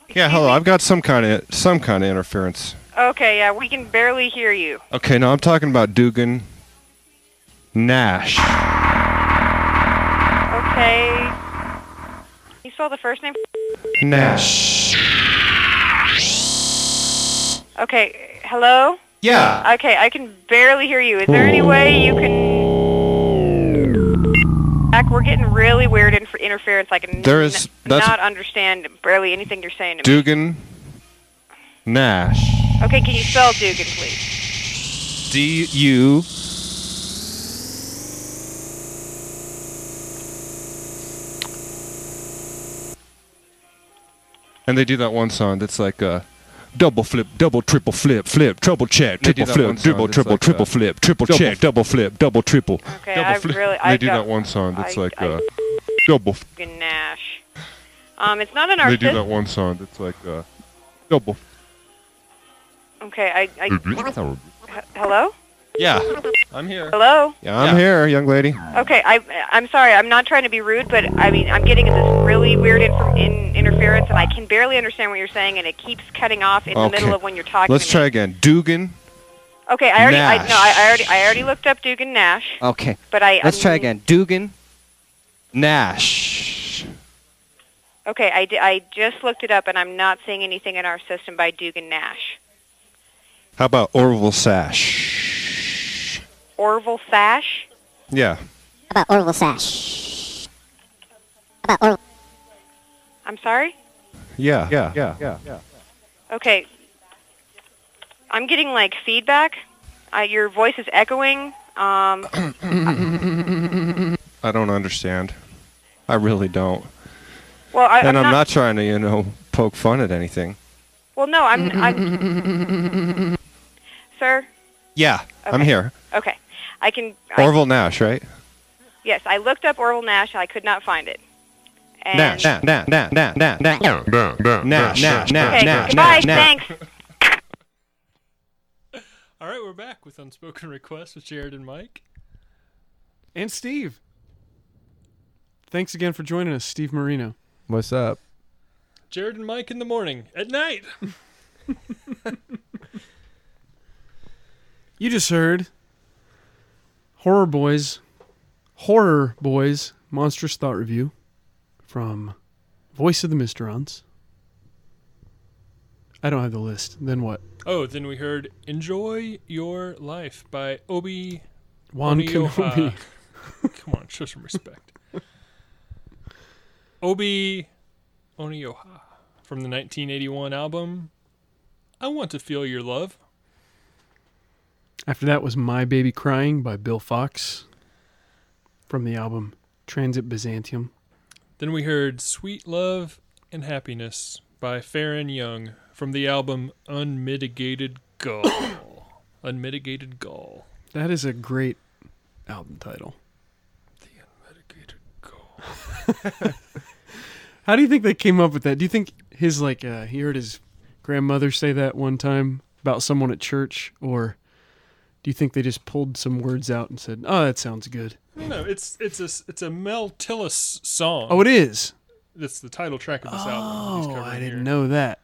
S9: Yeah, hello. I've got some kind of some kind of interference.
S10: Okay, yeah, we can barely hear you.
S9: Okay, no, I'm talking about Dugan Nash.
S10: Okay. You spell the first name?
S9: Nash.
S10: Okay, hello?
S9: Yeah.
S10: Okay, I can barely hear you. Is there any way you can... Zach, we're getting really weird inf- interference. I can
S9: There is- that's-
S10: not understand barely anything you're saying to me.
S9: Dugan Nash.
S10: Okay, can you spell Dugan, please?
S9: D U And they do that one song that's like uh double flip, double triple flip, flip, triple check,
S5: They do
S9: triple
S5: that one
S9: flip,
S5: song
S9: triple
S5: that's
S9: triple
S5: like,
S9: triple
S5: uh,
S9: flip, triple
S5: double
S9: check,
S5: flip.
S9: double flip, double triple.
S10: Okay,
S9: double
S10: I
S9: flip.
S10: really...
S9: they
S10: I
S9: do
S10: got
S9: that one song that's
S10: I-
S9: like
S10: I-
S9: uh double f-
S10: Dugan Nash. Um, it's not an
S9: they
S10: artist.
S9: do that one song that's like uh double
S10: Okay, I... I H- hello?
S9: Yeah.
S4: I'm here.
S10: Hello?
S9: Yeah, I'm here, young lady.
S10: Okay, I, I'm sorry. I'm not trying to be rude, but I mean, I'm getting this really weird inf- in- interference, and I can barely understand what you're saying, and it keeps cutting off in the middle of when you're talking.
S9: Let's
S10: to me.
S9: try again. Dugan.
S10: Okay, I already, I,
S9: Nash.
S10: no, I, I already, I already looked up Dugan Nash,
S11: Okay.
S10: but I.
S11: Let's
S10: I
S11: try
S10: mean-
S11: again. Dugan.
S9: Nash.
S10: Okay, I, di- I just looked it up, and I'm not seeing anything in our system by Dugan Nash.
S9: How about Orville Sash?
S10: Orville Sash.
S9: Yeah.
S12: How about Orville Sash? How about Orville?
S10: I'm sorry.
S9: Yeah. Yeah. Yeah. Yeah.
S10: Okay. I'm getting like feedback. Uh, your voice is echoing. Um,
S9: I don't understand. I really don't.
S10: well, I,
S9: and I'm,
S10: not
S9: not, trying to, you know, poke fun at anything.
S10: Well, no, I'm. I'm sir,
S9: Yeah. I'm
S10: Okay.
S9: here.
S10: okay. I can.
S9: Orville Nash, right?
S10: I, yes, I looked up Orville Nash. I could not find it. And
S9: Nash. Nash. Nash. Nash. Nash. Nash. Nash. Nash. Nash. Nash.
S10: Okay,
S9: Nash.
S10: goodbye.
S9: Nash. Nash.
S10: Thanks.
S4: All right, we're back with unspoken requests with Jared and Mike.
S3: And Steve. Thanks again for joining us, Steve Marino.
S5: What's up?
S4: Jared and Mike in the morning, at night.
S3: You just heard Horror Boys, Horror Boys, Monstrous Thought Review from Voice of the Misterons. I don't have the list. Then what?
S4: Oh, then we heard "Enjoy Your Life" by Obi
S3: Juan
S4: Onioha.
S3: Kenobi.
S4: Come on, show some respect. Obi Onioha from the 1981 album "I Want to Feel Your Love."
S3: After that was My Baby Crying by Bill Fox from the album Transit Byzantium.
S4: Then we heard Sweet Love and Happiness by Farron Young from the album Unmitigated Gall. Unmitigated Gall.
S3: That is a great album title. How do you think they came up with that? Do you think his like uh, he heard his grandmother say that one time about someone at church, or Do you think they just pulled some words out and said, "Oh, that sounds good"?
S4: No, it's it's a it's a Mel Tillis song.
S3: Oh, it is.
S4: That's the title track of this album.
S3: Oh, I didn't know that.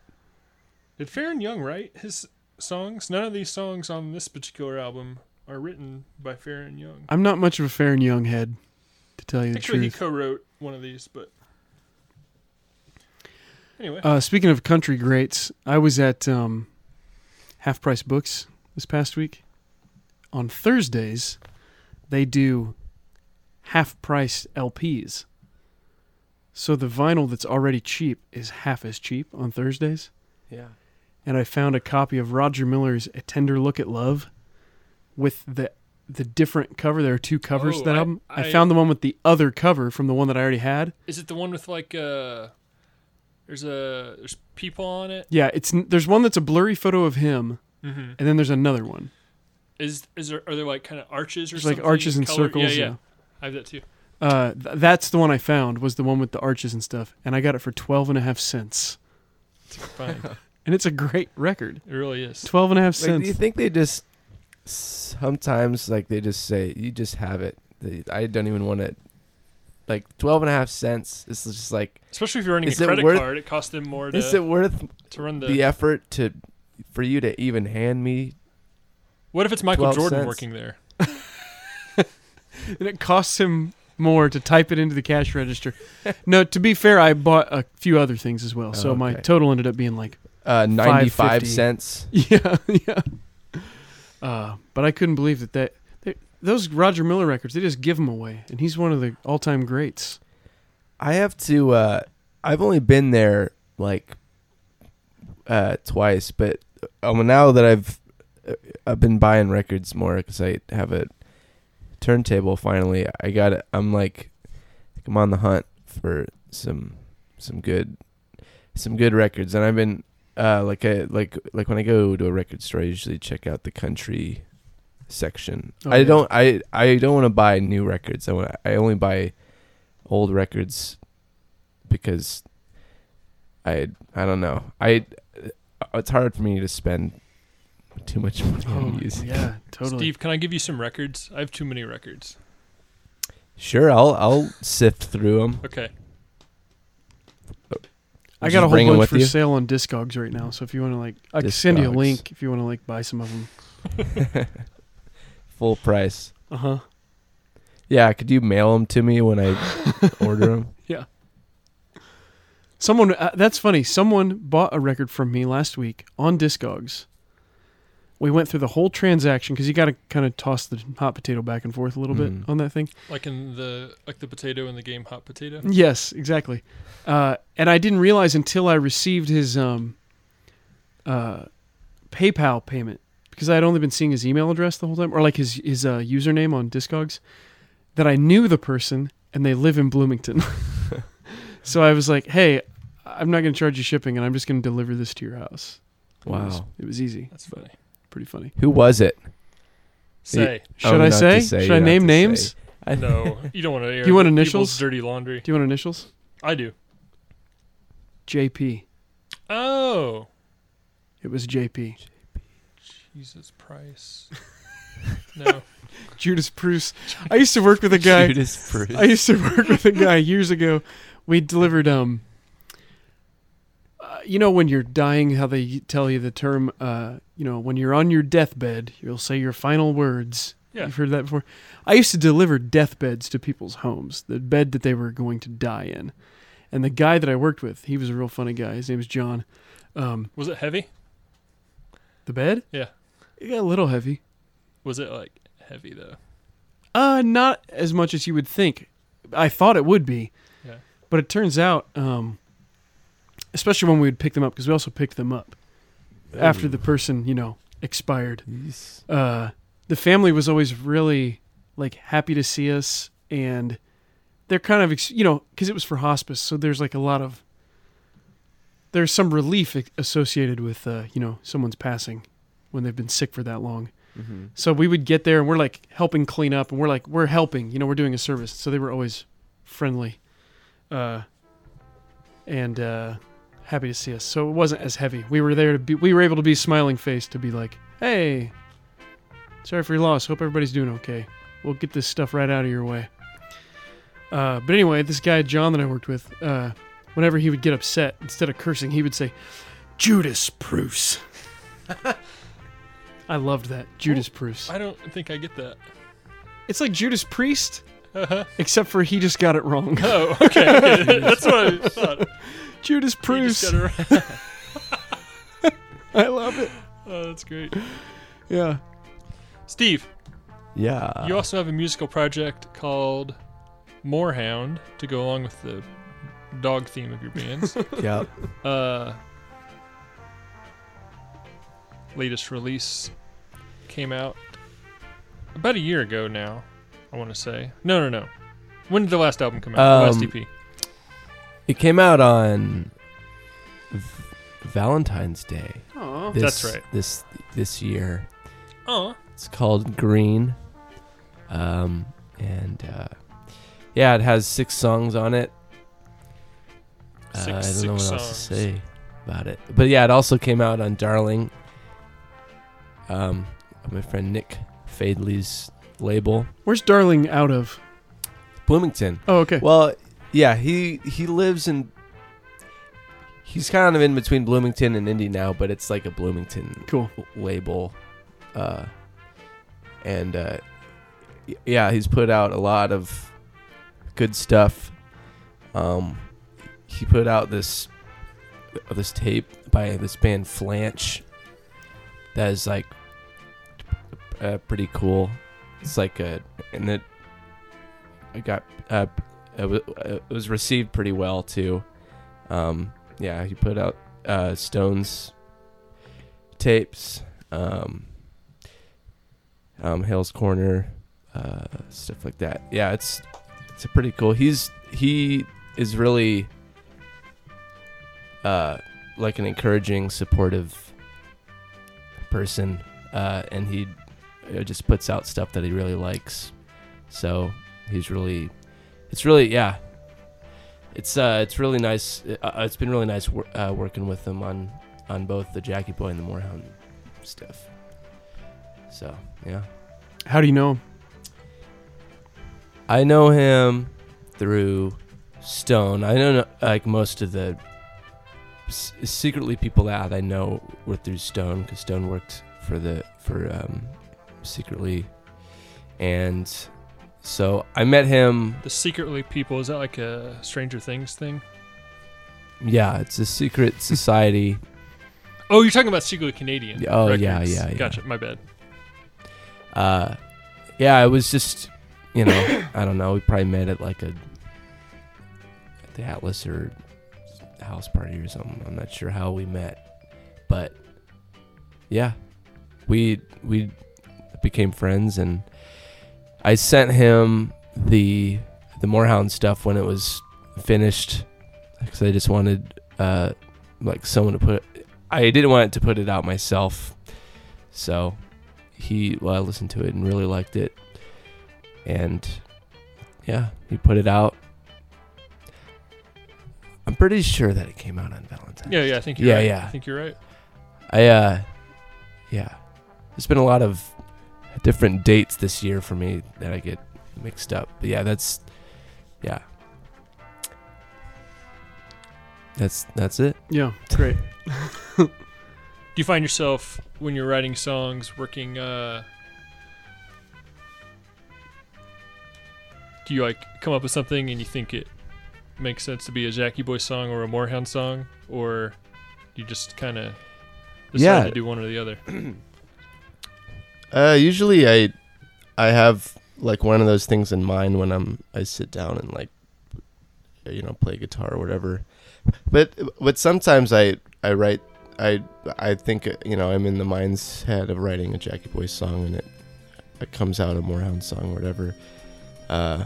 S4: Did Farron Young write his songs? None of these songs on this particular album are written by Farron Young.
S3: I'm not much of a Farron Young head, to tell you the
S4: Actually, he
S3: truth.
S4: co-wrote one of these, but anyway,
S3: Uh, speaking of country greats, I was at um, Half Price Books this past week. On Thursdays, they do half price LPs. So the vinyl that's already cheap is half as cheap on Thursdays.
S5: Yeah.
S3: And I found a copy of Roger Miller's A Tender Look at Love with the the different cover. There are two covers
S4: Oh,
S3: to that
S4: I-
S3: album. I,
S4: I-
S3: found the one with the other cover from the one that I already had.
S4: is it the one with like uh there's a there's people on it?
S3: Yeah, it's n- there's one that's a blurry photo of him,
S4: Mhm.
S3: and then there's another one.
S4: Is is there are there like kind of arches or
S3: There's like
S4: something?
S3: arches and
S4: colored?
S3: circles,
S4: Yeah, yeah.
S3: yeah.
S4: I have that too.
S3: Uh, th- that's the one I found was the one with the arches and stuff, and I got it for twelve and a half cents.
S4: Fine.
S3: and it's a great record.
S4: It really is.
S3: Twelve and a half
S5: Like,
S3: cents.
S5: do you think they just sometimes like they just say you just have it? They, I don't even want to. Like 12 and a half cents. It's just like
S4: Especially if you're running a
S5: is it
S4: credit
S5: worth-
S4: card, it costs them more
S5: Is
S4: to-
S5: it worth
S4: to run the-
S5: the effort to for you to even hand me?
S4: What if it's Michael
S5: 12
S4: Jordan
S5: cents?
S4: working there?
S3: and it costs him more to type it into the cash register. no, to be fair, I bought a few other things as well, so my
S5: Oh, Okay.
S3: total ended up being like
S5: Uh, 95
S3: $5.50.
S5: cents.
S3: Yeah, yeah. Uh, but I couldn't believe that that they, those Roger Miller records they just give them away, and he's one of the all-time greats.
S5: I have to. Uh, I've only been there like uh, twice, but um, now that I've uh, I've been buying records more because I have a turntable. Finally, I got. it. I'm like, I'm on the hunt for some some good some good records, and I've been uh, like I like like when I go to a record store, I usually check out the country section.
S3: Oh,
S5: I
S3: yeah.
S5: don't I I don't want to buy new records. I want I only buy old records because I I don't know. I it's hard for me to spend too much money on music.
S3: Oh, yeah, totally.
S4: Steve, can I give you some records? I have too many records.
S5: Sure, I'll I'll sift through them.
S4: Okay.
S3: I
S5: Just
S3: got a whole
S5: bring 'em
S3: bunch
S5: with
S3: for
S5: you?
S3: sale on Discogs right now, so if you want to like, I can send you a
S5: Discogs.
S3: link if you want to like buy some of them.
S5: Full price.
S3: Uh huh.
S5: Yeah, could you mail them to me when I order them?
S3: Yeah. Someone uh, that's funny. Someone bought a record from me last week on Discogs. We went through the whole transaction because you got to kind of toss the hot potato back and forth a little
S5: Mm-hmm.
S3: bit on that thing.
S4: Like in the like the potato in the game hot potato.
S3: Yes, exactly. Uh, and I didn't realize until I received his um, uh, PayPal payment because I had only been seeing his email address the whole time, or like his his uh, username on Discogs, that I knew the person and they live in Bloomington. so I was like, "Hey, I'm not going to charge you shipping, and I'm just going to deliver this to your house." And It was,
S5: Wow.
S3: it was easy.
S4: That's funny.
S3: Pretty funny.
S5: Who was it?
S4: Say.
S3: Should I
S5: not to
S3: say? Should
S5: you
S3: I
S5: don't have
S3: name
S5: to
S3: names?
S5: say. I-
S4: No, you don't want to air.
S3: Do you want
S4: people's
S3: initials?
S4: Dirty laundry.
S3: Do you want initials?
S4: I do.
S3: JP.
S4: Oh,
S3: It was JP.
S4: Jesus Price. no.
S3: Judas Bruce. I used to work with a guy.
S5: Judas Priest.
S3: I used to work with a guy years ago. We delivered um. Uh, you know when you're dying, how they tell you the term. Uh, you know when you're on your deathbed, you'll say your final words.
S4: Yeah.
S3: You've heard that before. I used to deliver deathbeds to people's homes, the bed that they were going to die in. And the guy that I worked with, he was a real funny guy. His name was John. Um,
S4: Was it heavy?
S3: the bed?
S4: Yeah.
S3: It got a little heavy.
S4: Was it like heavy though?
S3: Uh, not as much as you would think. I thought it would be,
S4: Yeah.
S3: but it turns out, um, especially when we would pick them up, because we also picked them up after the person, you know, expired. Uh, the family was always really like happy to see us, and they're kind of, ex- you know, because it was for hospice, so there's like a lot of there's some relief ac- associated with uh, you know someone's passing when they've been sick for that long.
S5: Mhm.
S3: So we would get there and we're like helping clean up and we're like we're helping, you know, we're doing a service. So they were always friendly, uh, and uh, happy to see us. So it wasn't as heavy. We were there to be, we were able to be smiling face to be like, hey, Sorry for your loss. Hope everybody's doing okay. We'll get this stuff right out of your way. Uh, but anyway, this guy, John, that I worked with, uh, whenever he would get upset, instead of cursing, he would say, Judas Bruce. I loved that. Judas Bruce.
S4: I don't think I get that.
S3: It's like Judas Priest, except for Uh-huh. he just got it wrong.
S4: Oh, okay, okay. That's what I thought.
S3: Judas Priest. I love it.
S4: Oh, that's great.
S3: Yeah.
S4: Steve,
S5: Yeah.
S4: you also have a musical project called Moorhound to go along with the dog theme of your bands.
S5: Yep.
S4: Uh, latest release came out about a year ago now, I want to say. No, no, no. When did the last album come out? the
S5: Um,
S4: last E EP.
S5: It came out on v- Valentine's Day.
S3: Oh,
S4: Aw.
S5: This-
S4: That's right.
S5: This this year.
S4: Aw.
S5: It's called Green. Um, and uh, yeah, it has six songs on it. Uh,
S4: Six-
S5: I don't
S4: six
S5: know what else to
S4: songs.
S5: say about it. But yeah, it also came out on Darling. Um, my friend Nick Fadley's label.
S3: Where's Darling out of?
S5: Bloomington.
S3: Oh, okay.
S5: Well, yeah, he he lives in. He's kind of in between Bloomington and Indy now, but it's like a Bloomington
S3: cool
S5: label, uh, and uh, y- yeah, he's put out a lot of good stuff. Um, he put out this uh, this tape by this band Flanch that is like uh, pretty cool. It's like a and it I got uh, it, w- it was received pretty well too. Um, yeah, he put out uh, Stones tapes, um, um, Hale's Corner, uh, stuff like that. Yeah, it's it's a pretty cool. He's he is really uh, like an encouraging, supportive person, uh, and he uh, just puts out stuff that he really likes. So he's really, it's really yeah. It's uh, it's really nice. uh, Uh, it's been really nice wor- uh, working with him on on both the Jackie Boy and the Moorhound stuff. So yeah,
S3: How do you know him?
S5: I know him through Stone. I know like most of the s- secretly people that I know were through Stone because Stone worked for the for um, secretly, and so I met him.
S4: The Secretly People, is that like a Stranger Things thing?
S5: Yeah, it's a secret society.
S4: Oh, you're talking about Secretly Canadian.
S5: Yeah, oh, yeah,
S4: records.
S5: yeah, yeah.
S4: Gotcha, my bad.
S5: uh, yeah, it was just you know I don't know. We probably met at like a at the Atlas or house party or something. I'm not sure how we met, but yeah, we we became friends, and I sent him the the Moorhound stuff when it was finished because I just wanted uh, like someone to put. I didn't want to put it out myself, so he well I listened to it and really liked it, and yeah, he put it out. I'm pretty sure that it came out on Valentine's.
S4: Yeah, yeah, I think you're
S5: yeah,
S4: right.
S5: yeah.
S4: I think you're right.
S5: I uh yeah. There's been a lot of different dates this year for me that I get mixed up. But yeah, that's yeah. That's that's it.
S3: Yeah, great.
S4: Do you find yourself when you're writing songs working? uh Do you like come up with something and you think it makes sense to be a Jackie Boy song or a Moorhound song, or you just kind of decide
S5: Yeah.
S4: to do one or the other?
S5: Uh, usually I, I have like one of those things in mind when I'm I sit down and like, you know, play guitar or whatever. But but sometimes I I write I I think you know I'm in the mindset of writing a Jackie Boy song and it, it comes out a Moorhound song or whatever. Uh,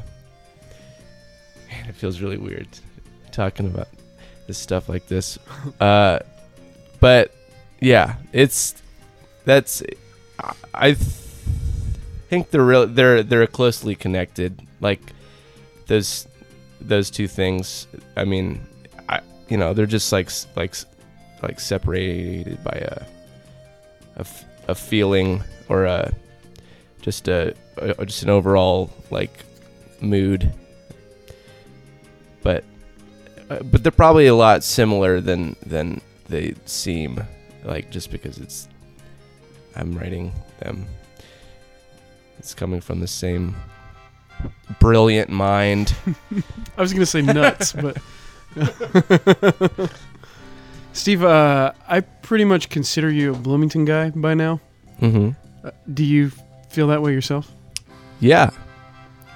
S5: man, it feels really weird talking about this stuff like this. Uh, but yeah, it's that's I- I th- think they're real they're they're closely connected. Like those those two things. I mean, I you know they're just like s- like s- like separated by a a, f- a feeling or a just a, a just an overall like mood. But uh, but they're probably a lot similar than than they seem like just because it's I'm writing them. It's coming from the same brilliant mind.
S3: I was gonna say nuts, but Steve, uh, I pretty much consider you a Bloomington guy by now.
S5: Mhm.
S3: Uh, do you feel that way yourself?
S5: Yeah.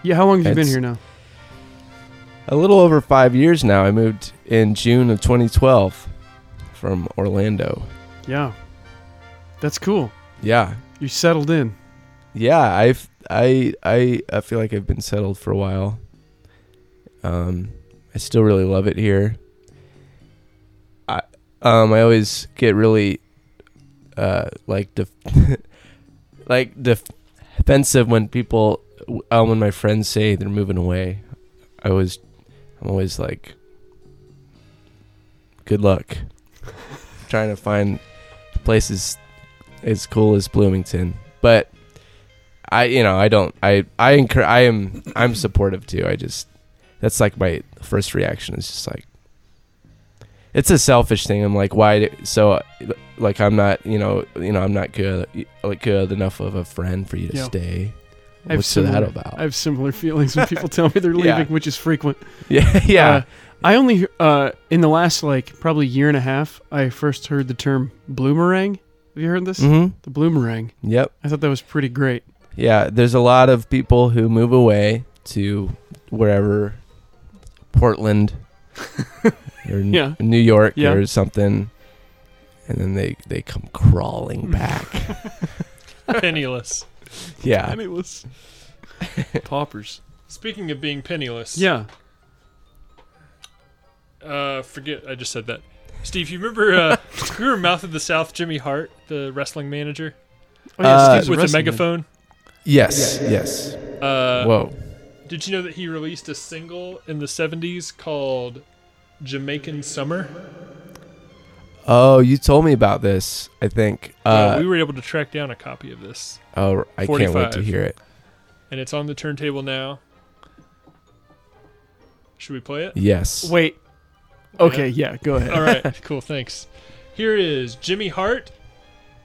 S3: Yeah. How long have you been
S5: It's-
S3: here now?
S5: A little over five years now. I moved in June of 2012 from Orlando.
S3: Yeah. That's cool.
S5: Yeah,
S3: You settled in.
S5: yeah. I've I I I feel like I've been settled for a while. Um, I still really love it here. I um I always get really uh like def- like def- defensive when people um when my friends say they're moving away. I always I'm always like good luck trying to find places as cool as Bloomington. But I, you know, I don't. I, I encourage. I am. I'm supportive too. I just. That's like my first reaction is just like. It's a selfish thing. I'm like, why? Do, so, like, I'm not. You know. You know. I'm not good. Like good enough of a friend for you to
S3: Yeah.
S5: stay.
S3: I have
S5: What's
S3: similar,
S5: that about?
S3: I have similar feelings when people tell me they're leaving,
S5: Yeah.
S3: which is frequent.
S5: Yeah, yeah.
S3: Uh, I only he- uh, in the last like probably year and a half, I first heard the term bloomerang. Have you heard this?
S5: Mhm.
S3: The bloomerang.
S5: Yep.
S3: I thought that was pretty great.
S5: Yeah, there's a lot of people who move away to wherever Portland or N-
S3: Yeah.
S5: New York
S3: Yeah.
S5: or something. And then they, they come crawling back.
S4: Penniless.
S5: Yeah.
S3: Penniless. Paupers.
S4: Speaking of being penniless.
S3: Yeah.
S4: Uh, forget I just said that. Steve, you remember uh, you remember Mouth of the South, Jimmy Hart, the wrestling manager?
S5: Oh, yeah, Steve's a
S4: with the
S5: wrestling
S4: megaphone.
S5: yes, yes.
S4: Uh,
S5: Whoa.
S4: Did you know that he released a single in the '70s called "Jamaican Summer"?
S5: Oh, you told me about this, I think. Uh,
S4: Uh, we were able to track down a copy of this.
S5: oh, I can't wait to
S4: 45.
S5: hear it.
S4: And it's on the turntable now. Should we play it?
S5: Yes.
S3: Wait. Okay. Yeah. go ahead.
S4: All right. Cool. Thanks. Here is Jimmy Hart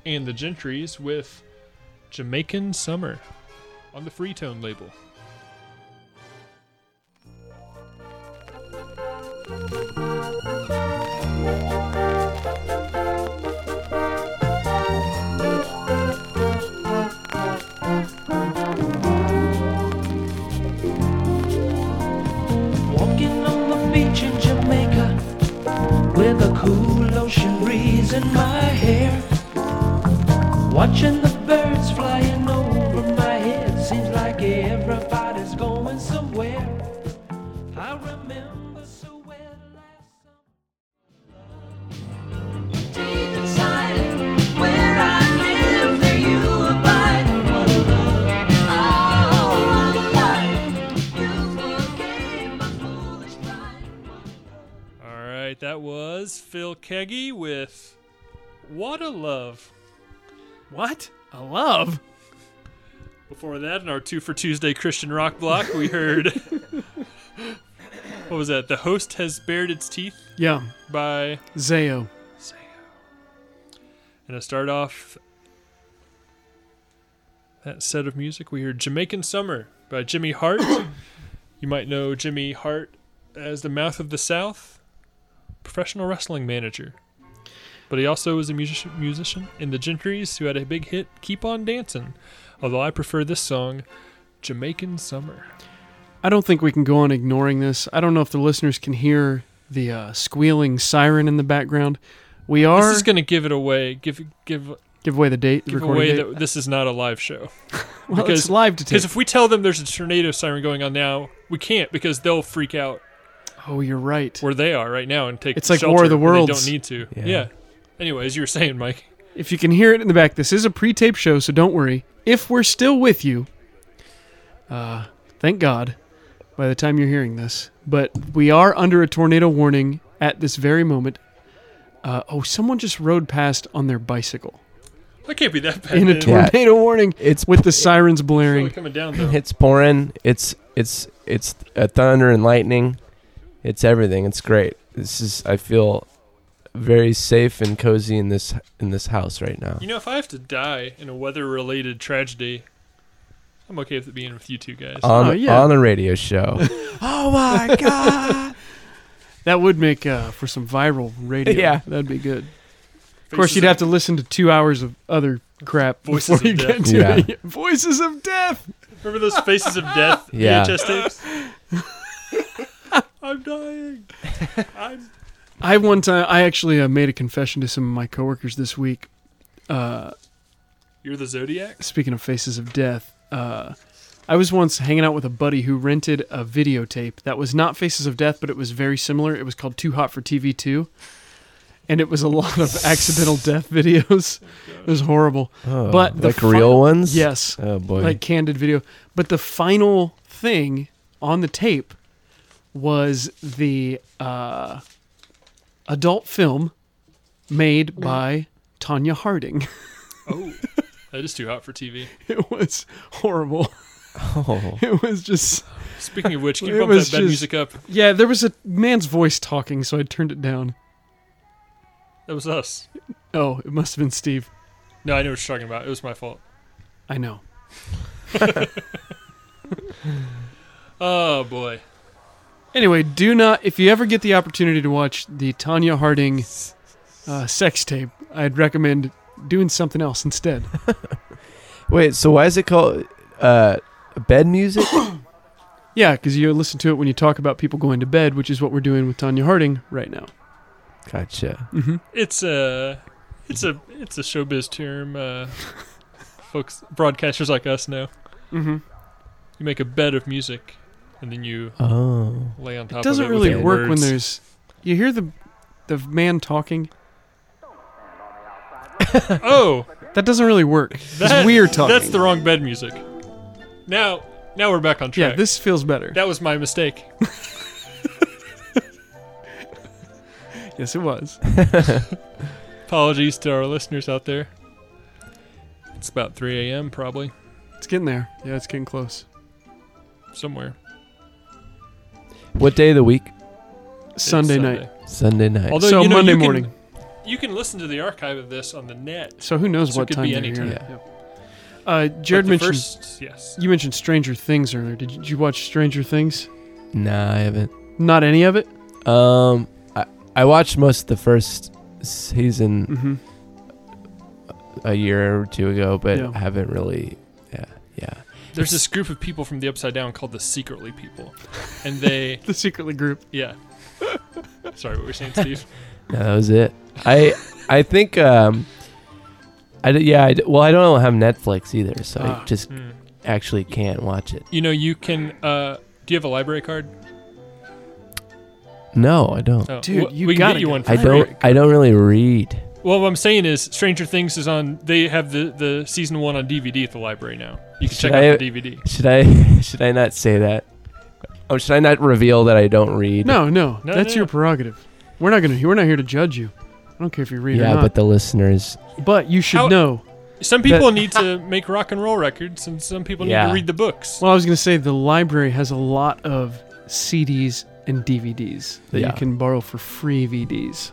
S4: and the Gentrys with Jamaican Summer on the Freetone label.
S11: Walking on the beach in Jamaica with a cool ocean breeze in my hair. Watching the birds flying over my head seems like everybody's going somewhere. I remember so well.
S6: Deep inside, where I live, there you abide. Oh, love, oh, life, you forgave my foolish pride.
S4: All right. That was Phil Keggy with What a Love. What a Love? Before that, in our Two for Tuesday Christian Rock block, we heard. what was that? The Host Has Bared Its Teeth?
S3: Yeah.
S4: By.
S3: Zayo.
S4: And to start off that set of music, we heard Jamaican Summer by Jimmy Hart. you might know Jimmy Hart as the Mouth of the South, professional wrestling manager. But he also was a musician, musician in the Gentrys who had a big hit, Keep On Dancing. Although I prefer this song, Jamaican Summer.
S3: I don't think we can go on ignoring this. I don't know if the listeners can hear the uh, squealing siren in the background. We are
S4: this is going to give it away. Give give
S3: give away the date. The
S4: give
S3: recording
S4: away
S3: date.
S4: that this is not a live show.
S3: Well, it's live to
S4: Because
S3: tape.
S4: if we tell them there's a tornado siren going on now, we can't because they'll freak out
S3: oh, you're right.
S4: where they are right now and take.
S3: It's like
S4: shelter
S3: War of the
S4: when They
S3: Worlds.
S4: don't need to.
S3: Yeah.
S4: Yeah. Anyway, as you were saying, Mike.
S3: If you can hear it in the back, this is a pre-tape show, so don't worry. If we're still with you, uh, thank God. By the time you're hearing this, but we are under a tornado warning at this very moment. Uh, oh, someone just rode past on their bicycle.
S4: That can't be that bad.
S3: in a
S4: man.
S3: tornado warning.
S5: It's
S3: with the sirens blaring.
S4: Really coming down though.
S5: it's pouring. It's it's it's a thunder and lightning. It's everything. It's great. This is I feel very safe and cozy in this in this house right now.
S4: You know, if I have to die in a weather-related tragedy, I'm okay with it being with you two guys.
S3: Uh,
S5: On on a radio show.
S3: Oh my god. That would make uh, for some viral radio.
S4: Yeah.
S3: that'd be good. Of
S4: Faces
S3: course, you'd
S4: of-
S3: have to listen to two hours of other crap
S4: Voices
S3: before you
S4: of
S3: get
S4: death.
S3: to it.
S4: Voices of death. Remember those faces of death?
S3: Yeah.
S4: VHS tapes. I'm dying. I'm.
S3: I one time I actually uh, made a confession to some of my coworkers this week. Uh,
S4: You're the Zodiac.
S3: speaking of faces of death, uh, I was once hanging out with a buddy who rented a videotape that was not Faces of Death, but it was very similar. It was called Too Hot for TV Two, and it was a lot of accidental death videos. it was horrible.
S5: Oh,
S3: but the
S5: like real ones?
S3: yes.
S5: Oh, boy.
S3: like candid video. But the final thing on the tape was the uh, adult film made by Tanya Harding.
S4: Oh, that is too hot for TV.
S3: it was horrible.
S5: Oh.
S3: It was just.
S4: Speaking of which, can you
S3: It
S4: bump that
S3: was
S4: bad music up?
S3: Yeah, there was a man's voice talking, so I turned it down.
S4: That was us.
S3: Oh, it must have been Steve.
S4: No, I know what you're talking about. It was my fault.
S3: I know.
S4: Oh boy.
S3: Anyway, do not. If you ever get the opportunity to watch the Tanya Harding uh, sex tape, I'd recommend doing something else instead.
S5: Wait, so why is it called uh, bed music?
S3: yeah, because you listen to it when you talk about people going to bed, which is what we're doing with Tanya Harding right now.
S5: gotcha.
S4: Mm-hmm. It's a, it's a, it's a showbiz term. Uh, folks, broadcasters like us know.
S3: Mm-hmm.
S4: You make a bed of music, and then you
S5: Oh.
S4: lay on top.
S3: It doesn't
S4: of it with
S3: really
S4: your
S3: work when
S4: words.
S3: there's. You hear the the man talking.
S4: Oh,
S3: That doesn't really work.
S4: that-
S3: it's weird talking.
S4: That's the wrong bed music. Now, now we're back on track.
S3: Yeah, this feels better.
S4: That was my mistake.
S3: Yes, it was.
S4: Apologies to our listeners out there. It's about 3 a.m. probably
S3: It's getting there. Yeah, it's getting close.
S4: somewhere.
S5: What day of the week?
S3: Sunday,
S4: Sunday.
S3: night.
S5: Sunday night.
S4: Although
S3: so
S4: you know,
S3: Monday
S4: you can-
S3: morning.
S4: You can listen to the archive of this on the net.
S3: So who knows
S4: So it
S3: what
S4: could
S3: time
S4: be
S3: you're
S4: any
S3: hearing
S4: time.
S3: it. Yep. Uh, Jared
S4: the
S3: mentioned
S4: first- yes.
S3: you mentioned Stranger Things earlier. Did you, did you watch Stranger Things?
S5: Nah, I haven't.
S3: Not any of it.
S5: Um, I, I watched most of the first season
S4: Mm-hmm.
S3: Mhm.
S5: a year or two ago, but
S4: Yeah.
S5: haven't really. Yeah, yeah.
S4: There's this group of people from the Upside Down called the Secretly People, and they
S3: the Secretly group.
S4: Yeah. Sorry, what were you saying, Steve?
S5: No, that was it. I I think um, I d- yeah. I d- well, I don't have Netflix either, so
S4: Ah,
S5: I just
S4: hmm.
S5: actually can't watch it.
S4: You know, you can. Uh, do you have a library card?
S5: No, I don't.
S4: Oh, Dude, wh- you we can get gotta you go. one for
S5: I don't.
S4: free.
S5: I don't really read.
S4: Well, what I'm saying is, Stranger Things is on. They have the, the season one on DVD at the library now. You can check out the DVD.
S5: Should I? Should I not say that? Oh, should I not reveal that I don't read?
S3: No, no,
S4: No,
S3: that's
S4: no,
S3: your prerogative. We're not gonna. We're not here to judge you. I don't care if you read
S5: Yeah,
S3: or
S5: but
S3: not.
S5: the listeners.
S3: But, you should
S4: How-
S3: know.
S4: Some
S3: that-
S4: people need to make rock and roll records, and some people need
S3: Yeah.
S4: to read the books.
S3: Well, I was gonna say the library has a lot of CDs and DVDs that
S4: Yeah.
S3: you can borrow for free VDs.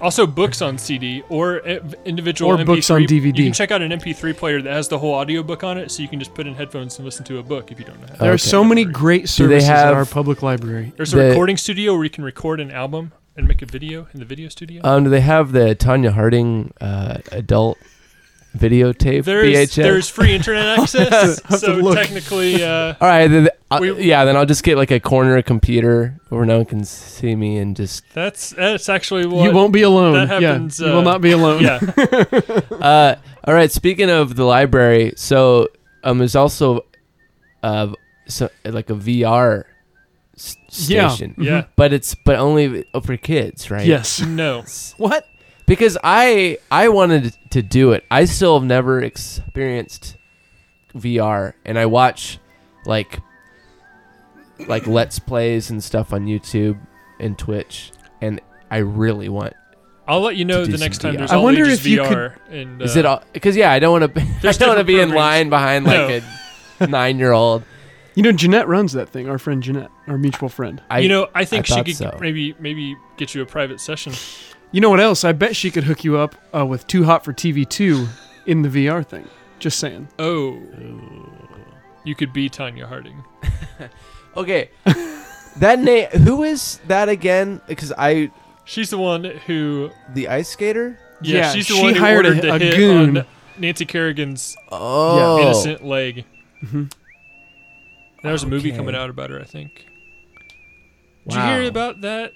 S4: Also, books on CD or i- individual
S3: Or
S4: MP3.
S3: books on
S4: You
S3: DVD.
S4: can check out an MP3 player that has the whole audiobook on it, so you can just put in headphones and listen to a book if you don't know. how to
S3: There are so many great
S5: Do they
S3: services at
S5: have-
S3: our public library.
S4: There's a
S5: Uh, The-
S4: recording studio where you can record an album and make a video in the video studio.
S5: Um, do they have the Tanya Harding uh, adult videotape
S4: There's
S5: VHS?
S4: there's free internet access,
S3: Have to
S4: so
S3: look.
S4: technically, uh,
S5: All right, then, I'll- yeah. Then I'll just get like a corner computer where no one can see me and just.
S4: that's that's actually what
S3: you won't be alone.
S4: That happens.
S3: yeah,
S4: uh,
S3: you will not be alone.
S4: Yeah,
S5: Uh, all right. Speaking of the library, so um, there's also, uh, so, like a VR s-
S3: Yeah,
S5: station.
S4: yeah.
S5: But it's but only for kids, right?
S3: Yes.
S4: no.
S5: What? Because I I wanted to do it. I still have never experienced VR, and I watch like like let's plays and stuff on YouTube and Twitch, and I really want.
S4: I'll let you know
S5: do
S4: the next
S5: some
S4: time
S5: VR.
S4: there's all ages VR. and,
S5: is
S4: uh,
S5: it all? Because yeah, I don't want to. I
S4: There's
S5: don't want to
S4: different
S5: be in
S4: programs.
S5: line behind like a nine-year-old.
S3: You know, Jeanette runs that thing. Our friend Jeanette, our mutual friend.
S5: I-
S4: you know, I think she
S5: thought
S4: could
S5: so.
S4: maybe maybe get you a private session.
S3: You know what else? I bet she could hook you up uh, with Too Hot for TV Two in the VR thing. Just saying.
S4: Oh, you could be Tanya Harding.
S5: Okay, that name. Who is that again? Because I.
S4: She's the one who.
S5: The ice skater.
S4: Yeah,
S3: Yeah,
S4: she's the
S3: she
S4: one who
S3: hired a-
S4: ordered the
S3: a
S4: hit
S3: goon.
S4: on Nancy Kerrigan's
S5: Oh.
S4: innocent leg.
S3: Mhm.
S4: There's a movie
S5: Okay.
S4: coming out about her, I think. Did
S5: Wow.
S4: you hear about that?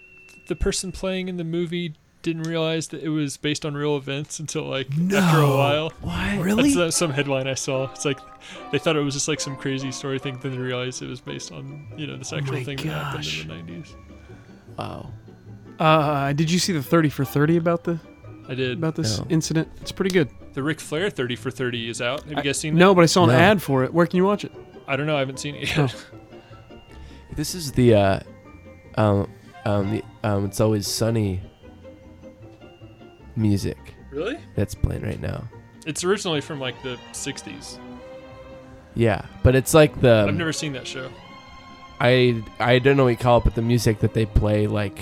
S4: The person playing in the movie didn't realize that it was based on real events until like after a
S5: No.
S4: while.
S5: What?
S4: That's
S5: Really?
S4: uh, some headline I saw. It's like they thought it was just like some crazy story thing, then they realized it was based on you know this actual
S3: Oh my
S4: thing that happened in the nineties.
S5: Wow.
S3: Uh, did you see the thirty for thirty about the?
S4: I did.
S3: about this
S4: No.
S3: incident. It's pretty good.
S4: The Ric Flair thirty for thirty is out. Have you guys seen that?
S3: No, but I saw an ad for it. Where can you watch it?
S4: I don't know. I haven't seen it yet.
S5: This is the. Uh, um, um, the, um, it's always sunny. Music.
S4: Really?
S5: That's playing right now.
S4: It's originally from like the sixties.
S5: Yeah, but it's like
S3: Um,
S5: the.
S4: I've never seen that show.
S5: I I don't know what you call it, but the music that they play like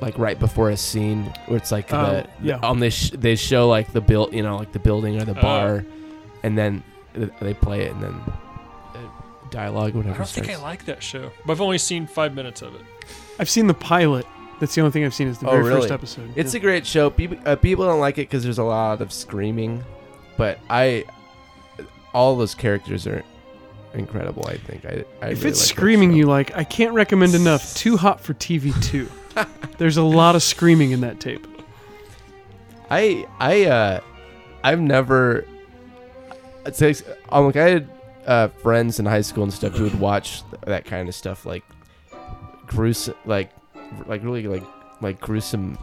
S5: like right before a scene where it's like
S3: Oh,
S4: Um,
S5: the,
S3: yeah.
S5: on this sh- they show like the build you know like the building or the
S4: Oh.
S5: bar, and then th- they play it and then uh, dialogue whatever.
S4: I don't think I
S5: starts.
S4: like that show. But I've only seen five minutes of it.
S3: I've seen the pilot. That's the only thing I've seen is the
S5: oh
S3: very
S5: really?
S3: first episode.
S5: It's a great show. People uh, people don't like it because there's a lot of screaming, but I all those characters are incredible. I think I, I
S3: if
S5: really
S3: it's
S5: like that
S3: screaming you like, I can't recommend enough. Too hot for TV two. There's a lot of screaming in that tape.
S5: I I uh I've never it's like, I'm um, like I had uh friends in high school and stuff who would watch that kind of stuff like gruesome like like really like like gruesome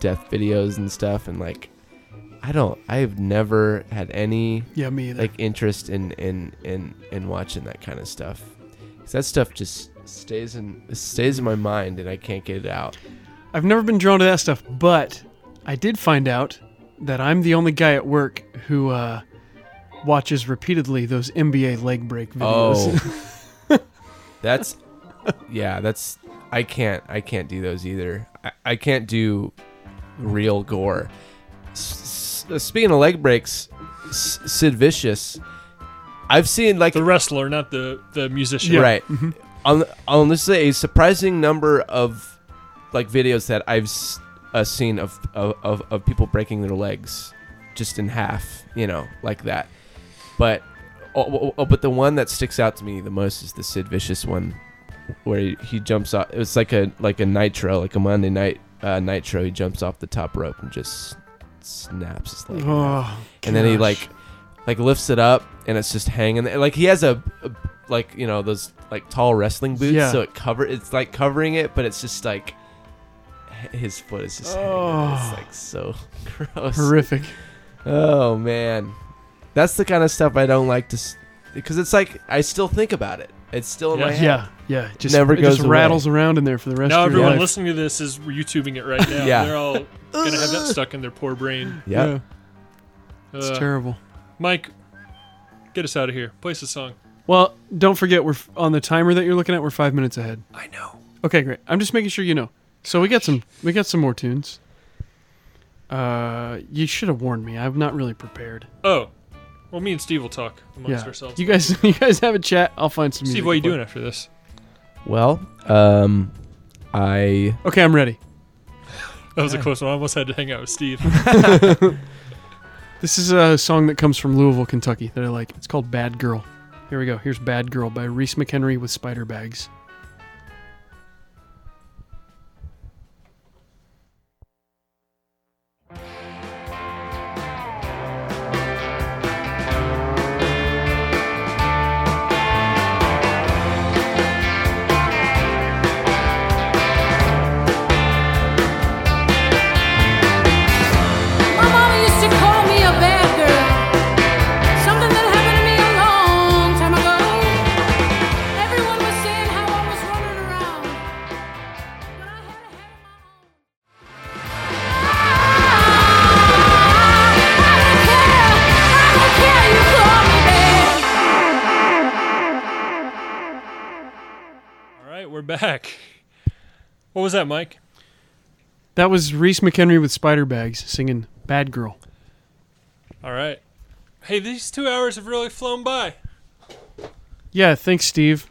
S5: death videos and stuff and like I don't I've never had any
S3: Yeah, me either.
S5: like interest in in in in watching that kind of stuff 'Cause that stuff just stays in stays in my mind and I can't get it out
S3: I've never been drawn to that stuff, but I did find out that I'm the only guy at work who uh, watches repeatedly those NBA leg break videos.
S5: Oh. that's yeah, that's I can't I can't do those either. I, I can't do real gore. S- s- speaking of leg breaks, S- Sid Vicious, I've seen like
S4: The wrestler, not the the musician.
S5: right on on this is a surprising number of like videos that I've s- uh, seen of, of of of people breaking their legs just in half, you know, like that. But oh, oh, oh, but the one that sticks out to me the most is the Sid Vicious one, where he, he jumps off. It's like a like a nitro, like a Monday night uh, nitro. He jumps off the top rope and just snaps his leg. in half
S3: Oh,
S5: and then he
S3: gosh.
S5: like like lifts it up and it's just hanging there. like he has a, a- like you know those like tall wrestling boots
S3: Yeah.
S5: so it cover it's like covering it but it's just like h- his foot is just hanging.
S3: Oh.
S5: it's like so gross
S3: Horrific.
S5: oh man that's the kind of stuff i don't like to because it's like i still think about it it's still in my
S4: Yeah.
S5: head
S3: Yeah, yeah. It just,
S5: Never
S3: it just
S5: goes away.
S3: rattles around in there for the rest
S4: Now
S3: of your
S4: everyone
S3: life.
S4: listening to this is YouTubing it right now.
S5: Yeah.
S4: They're all gonna have that stuck in their poor brain.
S5: yeah,
S3: It's
S4: Ugh.
S3: terrible.
S4: Mike, get us out of here. Place a song.
S3: Well, don't forget we're f- on the timer that you're looking at. We're five minutes ahead.
S4: I know.
S3: Okay, great. I'm just making sure you know. So we got some we got some more tunes. Uh, you should have warned me. I'm not really prepared.
S4: Oh, well, me and Steve will talk amongst
S3: yeah,
S4: ourselves.
S3: you guys, you guys have a chat. I'll find some.
S4: Steve,
S3: music
S4: what are you
S3: to play.
S4: doing after this?
S5: well um i
S3: Okay, I'm ready.
S4: That was a close one. I almost had to hang out with Steve.
S3: This is a song that comes from Louisville, Kentucky. That I like. It's called "Bad Girl." Here we go. Here's "Bad Girl" by Reese McHenry with Spider Bags.
S13: My mama used to call me a bad girl. Something that happened to me a long time ago. Everyone was saying how I
S4: back. What was that, Mike?
S3: That was Reese McHenry with Spider Bags singing Bad Girl.
S4: All right. Hey, these two hours have really flown by.
S3: Yeah, thanks, Steve,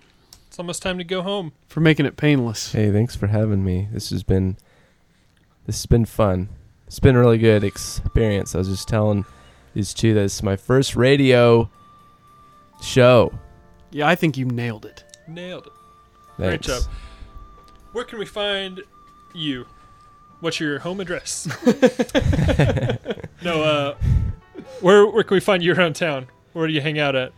S4: It's almost time to go home.
S3: for making it painless.
S5: Hey, thanks for having me. This has been this has been fun. It's been a really good experience. I was just telling these two that it's my first radio show.
S3: Yeah, I think you nailed it.
S4: Nailed it.
S5: Thanks.
S4: Great job. Where can we find you? What's your home address? no, uh, where where can we find you around town? Where do you hang out at?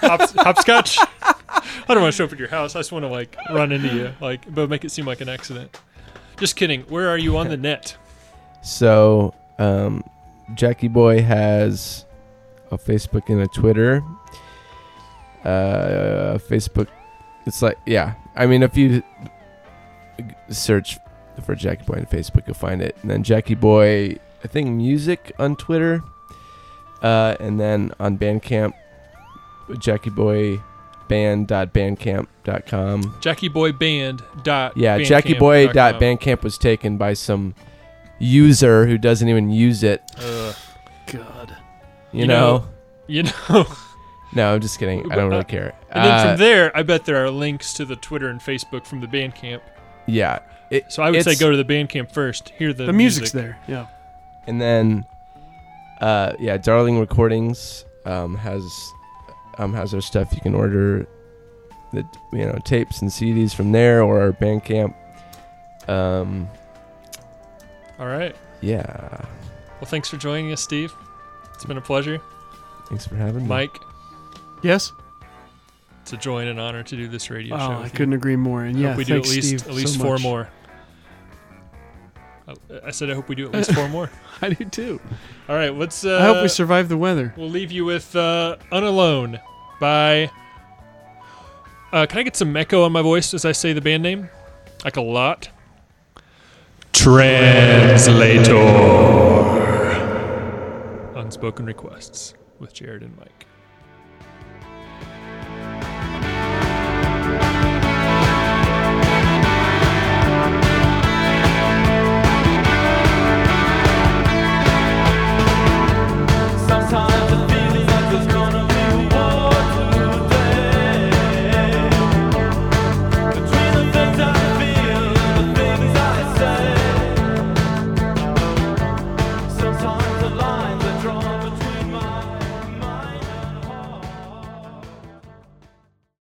S4: Hops, hopscotch. I don't want to show up at your house. I just want to like run into you, like, but make it seem like an accident. Just kidding. Where are you on the net?
S5: So, um, Jackie Boy has a Facebook and a Twitter. Uh, Facebook, it's like, yeah. I mean, if you search for Jackie Boy on Facebook, you'll find it. And then Jackie Boy, I think, music on Twitter. Uh, and then on Bandcamp, JackieBoyBand.bandcamp.com.
S4: JackieBoyband. Dot
S5: Yeah,
S4: bandcamp
S5: Jackie Boy
S4: dot
S5: dot
S4: com.
S5: Bandcamp was taken by some user who doesn't even use it.
S4: Ugh.
S3: God.
S5: You,
S4: You know-
S5: know?
S4: Uh, you know.
S5: No, I'm just kidding. I don't
S4: Uh,
S5: really care.
S4: And then
S5: Uh,
S4: from there, I bet there are links to the Twitter and Facebook from the Bandcamp.
S5: yeah. it-
S4: So I would say
S5: it's-
S4: go to the Bandcamp first. Hear the,
S3: The music's
S4: music.
S3: there. Yeah.
S5: And then, uh, yeah, Darling Recordings um, has um, has their stuff. You can order the you know tapes and CDs from there or our Bandcamp. Um,
S4: All right.
S5: yeah.
S4: Well, thanks for joining us, Steve. It's been a pleasure.
S5: Thanks for having me.
S4: Mike,
S3: Yes?
S4: it's a joy and an honor to do this radio
S3: Oh,
S4: show.
S3: I
S4: with you.
S3: couldn't agree more. And
S4: I hope
S3: yeah,
S4: we do at
S3: thanks,
S4: least
S3: Steve,
S4: at least
S3: so
S4: four
S3: much.
S4: more. Oh, I, I said I hope we do at least four more.
S3: I do too.
S4: All right, let's. Uh,
S3: I hope we survive the weather.
S4: We'll leave you with uh, "Unalone" by. Uh, can I get some echo on my voice as I say the band name? Like a lot. Translator. Unspoken requests with Jared and Mike.